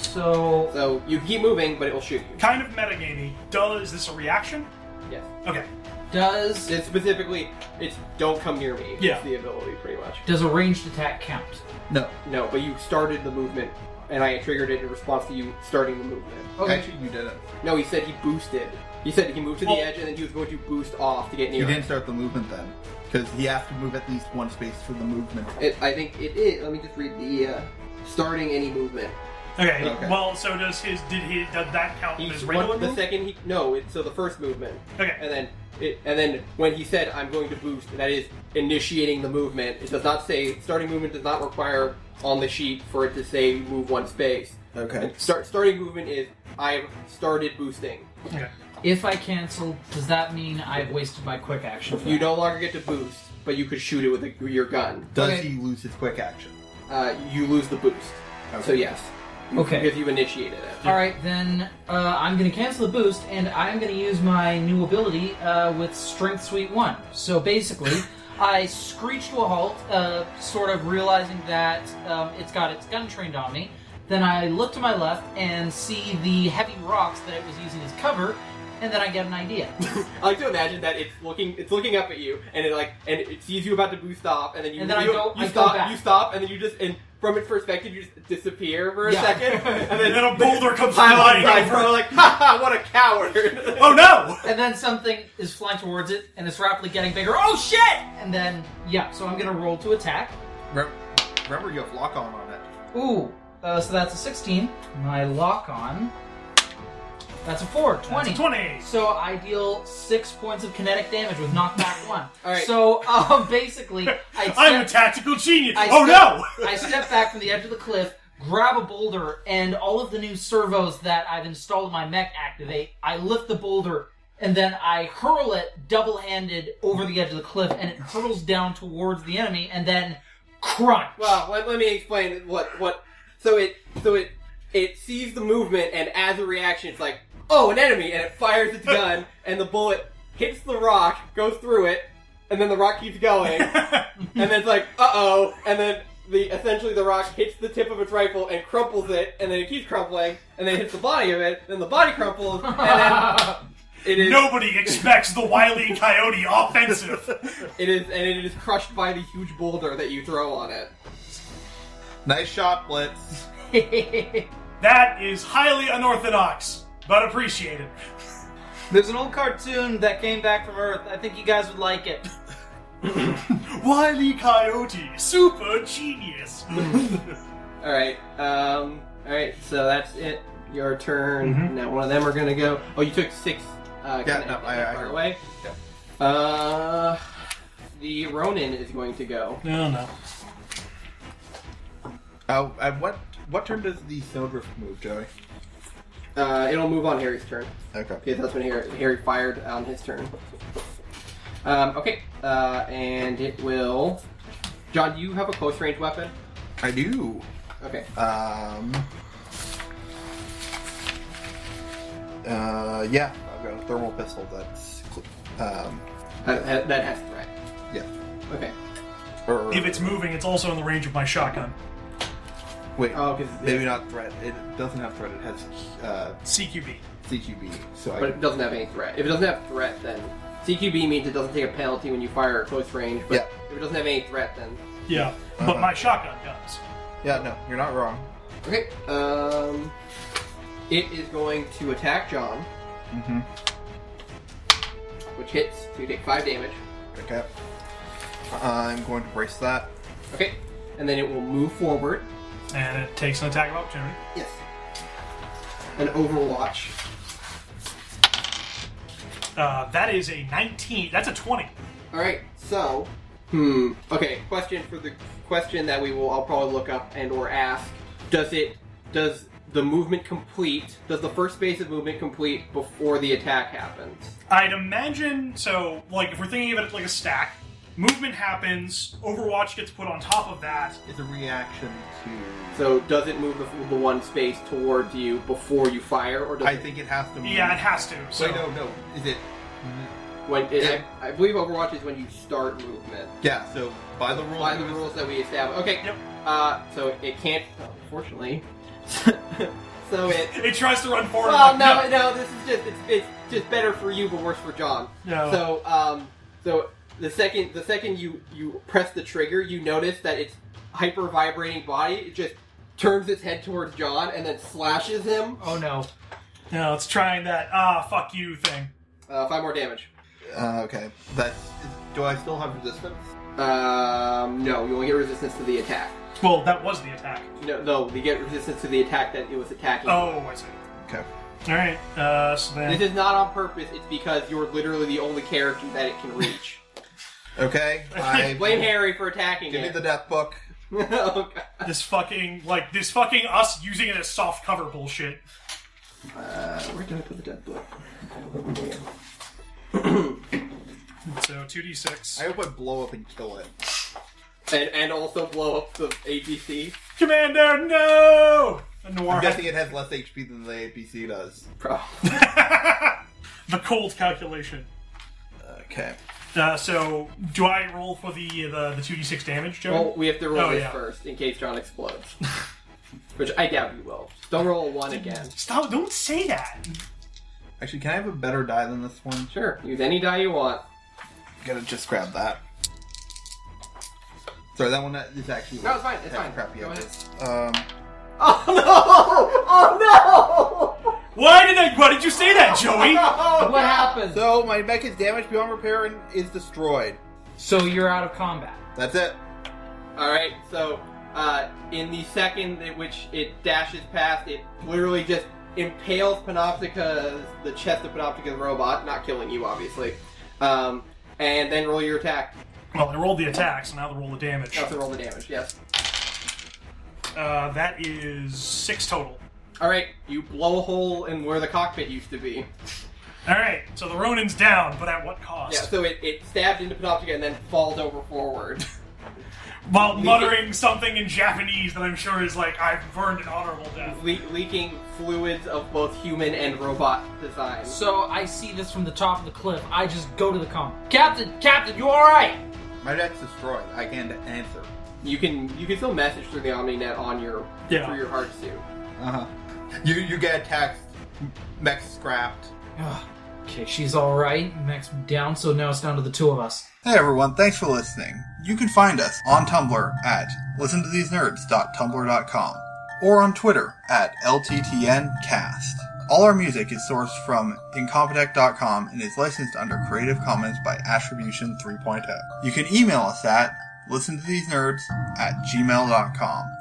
[SPEAKER 2] so.
[SPEAKER 1] So you keep moving, but it will shoot you.
[SPEAKER 3] Kind of metagamey. Duh, is this a reaction?
[SPEAKER 1] Yes.
[SPEAKER 3] Okay.
[SPEAKER 2] Does
[SPEAKER 1] It's specifically, it's don't come near me.
[SPEAKER 3] Yeah.
[SPEAKER 1] It's the ability, pretty much.
[SPEAKER 2] does a ranged attack count?
[SPEAKER 4] No.
[SPEAKER 1] No, but you started the movement, and I triggered it in response to you starting the movement.
[SPEAKER 4] Oh, Actually, you didn't.
[SPEAKER 1] No, he said he boosted. He said he moved to the
[SPEAKER 3] Well-
[SPEAKER 1] edge, and then he was going to boost off to get
[SPEAKER 4] You
[SPEAKER 1] near.
[SPEAKER 4] didn't start the movement then, because he has to move at least one space for the movement.
[SPEAKER 1] It, I think it is. Let me just read the uh, starting any movement.
[SPEAKER 3] Okay.
[SPEAKER 4] Okay.
[SPEAKER 3] Well, so does his did he does that count
[SPEAKER 1] He
[SPEAKER 3] as
[SPEAKER 1] one-
[SPEAKER 3] regular
[SPEAKER 1] the
[SPEAKER 3] move?
[SPEAKER 1] second he no, it's so the first movement,
[SPEAKER 3] Okay.
[SPEAKER 1] and then it, and then when he said I'm going to boost, that is initiating the movement. It does not say starting movement does not require on the sheet for it to say move one space.
[SPEAKER 4] Okay.
[SPEAKER 1] And start starting movement is I've started boosting.
[SPEAKER 3] Okay.
[SPEAKER 2] If I cancel, does that mean I've wasted my quick action? for
[SPEAKER 1] You
[SPEAKER 2] that?
[SPEAKER 1] no longer get to boost, but you could shoot it with a, your gun.
[SPEAKER 4] Does
[SPEAKER 2] Okay.
[SPEAKER 4] he lose his quick action?
[SPEAKER 1] Uh, you lose the boost. So yes.
[SPEAKER 2] Okay.
[SPEAKER 1] Because you initiated it.
[SPEAKER 2] All right, then uh, I'm going to cancel the boost, and I'm going to use my new ability uh, with Strength Suite One. So basically, I screech to a halt, uh, sort of realizing that um, it's got its gun trained on me. Then I look to my left and see the heavy rocks that it was using as cover, and then I get an idea.
[SPEAKER 1] I like to imagine that it's looking it's looking up at you and it like and it sees you about to boost off and then you
[SPEAKER 2] And then I
[SPEAKER 1] you,
[SPEAKER 2] go-
[SPEAKER 1] you
[SPEAKER 2] I go
[SPEAKER 1] stop
[SPEAKER 2] back.
[SPEAKER 1] you stop and then you just and from its perspective you just disappear for a
[SPEAKER 2] Yeah.
[SPEAKER 1] second and
[SPEAKER 3] And
[SPEAKER 1] then
[SPEAKER 3] then a boulder comes
[SPEAKER 1] pile on
[SPEAKER 3] flying
[SPEAKER 1] side
[SPEAKER 3] over.
[SPEAKER 1] pro like ha ha what a coward.
[SPEAKER 3] Oh no!
[SPEAKER 2] and then something is flying towards it, and it's rapidly getting bigger. Oh shit! And then yeah, so I'm going to roll to attack.
[SPEAKER 4] Re- remember, you have lock on on it.
[SPEAKER 2] Ooh, uh, so that's a 16. My lock on That's a four.
[SPEAKER 3] That's
[SPEAKER 2] Twenty.
[SPEAKER 3] a 20.
[SPEAKER 2] So I deal six points of kinetic damage with knockback one.
[SPEAKER 1] All right.
[SPEAKER 2] So um, basically, I
[SPEAKER 3] I'm a
[SPEAKER 2] step,
[SPEAKER 3] tactical genius.
[SPEAKER 2] I
[SPEAKER 3] oh
[SPEAKER 2] step-
[SPEAKER 3] no!
[SPEAKER 2] I step back from the edge of the cliff, grab a boulder, and all of the new servos that I've installed in my mech activate. I lift the boulder and then I hurl it double-handed over the edge of the cliff, and it hurtles down towards the enemy, and then crunch.
[SPEAKER 1] Well, let, let me explain what what. So it so it it sees the movement and as a reaction, it's like, oh, an enemy, and it fires its gun, and the bullet hits the rock, goes through it, and then the rock keeps going, and then it's like, uh oh, and then. The, essentially, the rock hits the tip of its rifle and crumples it, and then it keeps crumpling, and then it hits the body of it, then the body crumples, and then it is
[SPEAKER 3] Nobody expects the wily coyote offensive.
[SPEAKER 1] it is and it is crushed by the huge boulder that you throw on it.
[SPEAKER 4] Nice shot, Blitz.
[SPEAKER 3] That is highly unorthodox, but appreciated.
[SPEAKER 2] There's an old cartoon that came back from Earth. I think you guys would like it.
[SPEAKER 3] Wily E. coyote, super genius.
[SPEAKER 4] Hmm.
[SPEAKER 1] All right. Um, all right. So that's it. Your turn.
[SPEAKER 3] Mhm.
[SPEAKER 1] Now one of them are gonna go. Oh, you took six. Uh,
[SPEAKER 4] Mm-hmm. Yeah,
[SPEAKER 1] kinetic
[SPEAKER 4] no, I-
[SPEAKER 1] damage
[SPEAKER 4] I-
[SPEAKER 1] far away. Uh, the Ronin is going to go.
[SPEAKER 3] no, no.
[SPEAKER 4] Uh, and what what turn does the Snowdrift move, Joey?
[SPEAKER 1] Uh, it'll move on Harry's turn
[SPEAKER 4] Okay.
[SPEAKER 1] because that's when Harry, Harry fired on his turn. Um, okay. Uh, and it will. John, do you have a close range weapon?
[SPEAKER 4] I do.
[SPEAKER 1] Okay.
[SPEAKER 4] Um. Uh, yeah, I've got a thermal pistol. That's cl- um,
[SPEAKER 1] That, that that has threat.
[SPEAKER 4] yeah.
[SPEAKER 1] Okay.
[SPEAKER 4] Or
[SPEAKER 3] If it's moving, it's also in the range of my shotgun.
[SPEAKER 4] wait,
[SPEAKER 1] Oh, because
[SPEAKER 4] maybe not threat. It doesn't have threat. It has uh,
[SPEAKER 3] CQB.
[SPEAKER 4] CQB. So I
[SPEAKER 1] But it doesn't have any threat. If it doesn't have threat, then CQB means it doesn't take a penalty when you fire at close range. But
[SPEAKER 4] Yeah.
[SPEAKER 1] if it doesn't have any threat, then
[SPEAKER 3] Yeah, but
[SPEAKER 4] Uh-huh.
[SPEAKER 3] my shotgun does.
[SPEAKER 4] yeah, no, you're not wrong.
[SPEAKER 1] okay. Um, it is going to attack John,
[SPEAKER 4] Mm-hmm.
[SPEAKER 1] which hits. So you take five damage.
[SPEAKER 4] Okay. I'm going to brace that.
[SPEAKER 1] Okay, and then it will move forward.
[SPEAKER 3] And it takes an attack of opportunity.
[SPEAKER 1] Yes. An Overwatch.
[SPEAKER 3] Uh, that is a 19. That's a 20.
[SPEAKER 1] All right. So, hmm. Okay. Question for the question that we will. I'll probably look up and or ask. Does it? Does the movement complete? Does the first phase of movement complete before the attack happens?
[SPEAKER 3] I'd imagine so. Like if we're thinking of it like a stack, movement happens. Overwatch gets put on top of that.
[SPEAKER 4] It's a reaction to.
[SPEAKER 1] So does it move the, the one space towards you before you fire, or does
[SPEAKER 4] I
[SPEAKER 1] it,
[SPEAKER 4] think it has to. Move.
[SPEAKER 3] Yeah, it has to. So
[SPEAKER 4] Wait, no, no. Is it?
[SPEAKER 1] when it,
[SPEAKER 4] Yeah.
[SPEAKER 1] I, I believe Overwatch is when you start movement
[SPEAKER 4] Yeah. So by the rules,
[SPEAKER 1] by the rules that we establish. Okay.
[SPEAKER 3] Yep.
[SPEAKER 1] Uh, so it can't. oh, Unfortunately. so it.
[SPEAKER 3] it tries to run forward.
[SPEAKER 1] Well,
[SPEAKER 3] I'm
[SPEAKER 1] no,
[SPEAKER 3] like,
[SPEAKER 1] no. This is just it's, it's just better for you, but worse for John.
[SPEAKER 3] No.
[SPEAKER 1] So, um, so the second the second you you press the trigger, you notice that its hyper vibrating body it just turns its head towards John and then slashes him.
[SPEAKER 2] Oh no.
[SPEAKER 3] no. no, it's trying that ah fuck you thing.
[SPEAKER 1] Uh, five more damage.
[SPEAKER 4] Uh, okay. That's. Do I still have resistance?
[SPEAKER 1] Um, no, you only get resistance to the attack.
[SPEAKER 3] Well, that was the attack.
[SPEAKER 1] No, no, you get resistance to the attack that it was attacking.
[SPEAKER 3] Oh, I see.
[SPEAKER 4] Okay.
[SPEAKER 3] All right. Uh, so
[SPEAKER 1] This
[SPEAKER 3] then
[SPEAKER 1] is not on purpose. It's because you're literally the only character that it can reach.
[SPEAKER 4] Okay. I
[SPEAKER 1] Blame Harry for attacking
[SPEAKER 4] Give me
[SPEAKER 1] it.
[SPEAKER 4] the death book.
[SPEAKER 1] oh, God.
[SPEAKER 3] this fucking like this fucking us using it as soft cover bullshit.
[SPEAKER 1] Uh, where did I put the death book?
[SPEAKER 3] So two d six.
[SPEAKER 4] I hope I blow up and kill it.
[SPEAKER 1] And and also blow up the APC.
[SPEAKER 3] Commander, no. A noir.
[SPEAKER 4] I'm guessing it has less HP than the APC does.
[SPEAKER 1] Pro.
[SPEAKER 3] the cold calculation.
[SPEAKER 4] Okay.
[SPEAKER 3] Uh, so do I roll for the uh, the the two d six damage, Joe?
[SPEAKER 1] Well, we have to roll
[SPEAKER 3] Oh,
[SPEAKER 1] this
[SPEAKER 3] yeah.
[SPEAKER 1] first in case John explodes. Which I doubt you will. Don't roll a one again.
[SPEAKER 3] Stop! Don't say that.
[SPEAKER 4] Actually, can I have a better die than this one?
[SPEAKER 1] Sure, use any die you want.
[SPEAKER 4] Gotta just grab that. Sorry, that one is actually.
[SPEAKER 1] No, it's fine, it's
[SPEAKER 4] that's
[SPEAKER 1] fine.
[SPEAKER 4] Crappy.
[SPEAKER 1] Go
[SPEAKER 4] I
[SPEAKER 1] ahead.
[SPEAKER 4] guess. Um.
[SPEAKER 1] Oh no! Oh
[SPEAKER 3] Why did I? Why did you say that, Joey?
[SPEAKER 1] no!
[SPEAKER 2] What happens?
[SPEAKER 4] So my mech is damaged beyond repair and is destroyed.
[SPEAKER 2] So you're out of combat.
[SPEAKER 4] That's it.
[SPEAKER 1] All right, so uh, in the second in which it dashes past, it literally just impales Panoptica, the chest of Panoptica the robot, not killing you, obviously. Um, and then roll your attack.
[SPEAKER 3] Well, I rolled the attack, so now the roll the damage.
[SPEAKER 1] That's a roll the damage, yes.
[SPEAKER 3] Uh, that is six total.
[SPEAKER 1] Alright, you blow a hole in where the cockpit used to be.
[SPEAKER 3] All right, so the Ronin's down, but at what cost?
[SPEAKER 1] Yeah, so it, it stabbed into Panoptica and then falls over forward.
[SPEAKER 3] While muttering something in Japanese that I'm sure is like, I've burned an honorable death.
[SPEAKER 1] Le- leaking fluids of both human and robot design.
[SPEAKER 2] So I see this from the top of the cliff. I just go to the comm. Captain, Captain, you all right?
[SPEAKER 6] My deck's destroyed. I can't answer.
[SPEAKER 1] You can you can still message through the OmniNet on your
[SPEAKER 3] Yeah.
[SPEAKER 1] through your heart suit.
[SPEAKER 4] Uh-huh.
[SPEAKER 6] Uh huh. You you get a text. Mech scrapped.
[SPEAKER 2] Ugh. Okay, she's all right. Max down, so now it's down to the two of us.
[SPEAKER 4] Hey everyone, thanks for listening. You can find us on Tumblr at listentothesenerds.tumblr.com or on Twitter at LTTNcast. All our music is sourced from incompetech.com and is licensed under Creative Commons by Attribution oh. 3.0. You can email us at listentothesenerds at gmail.com.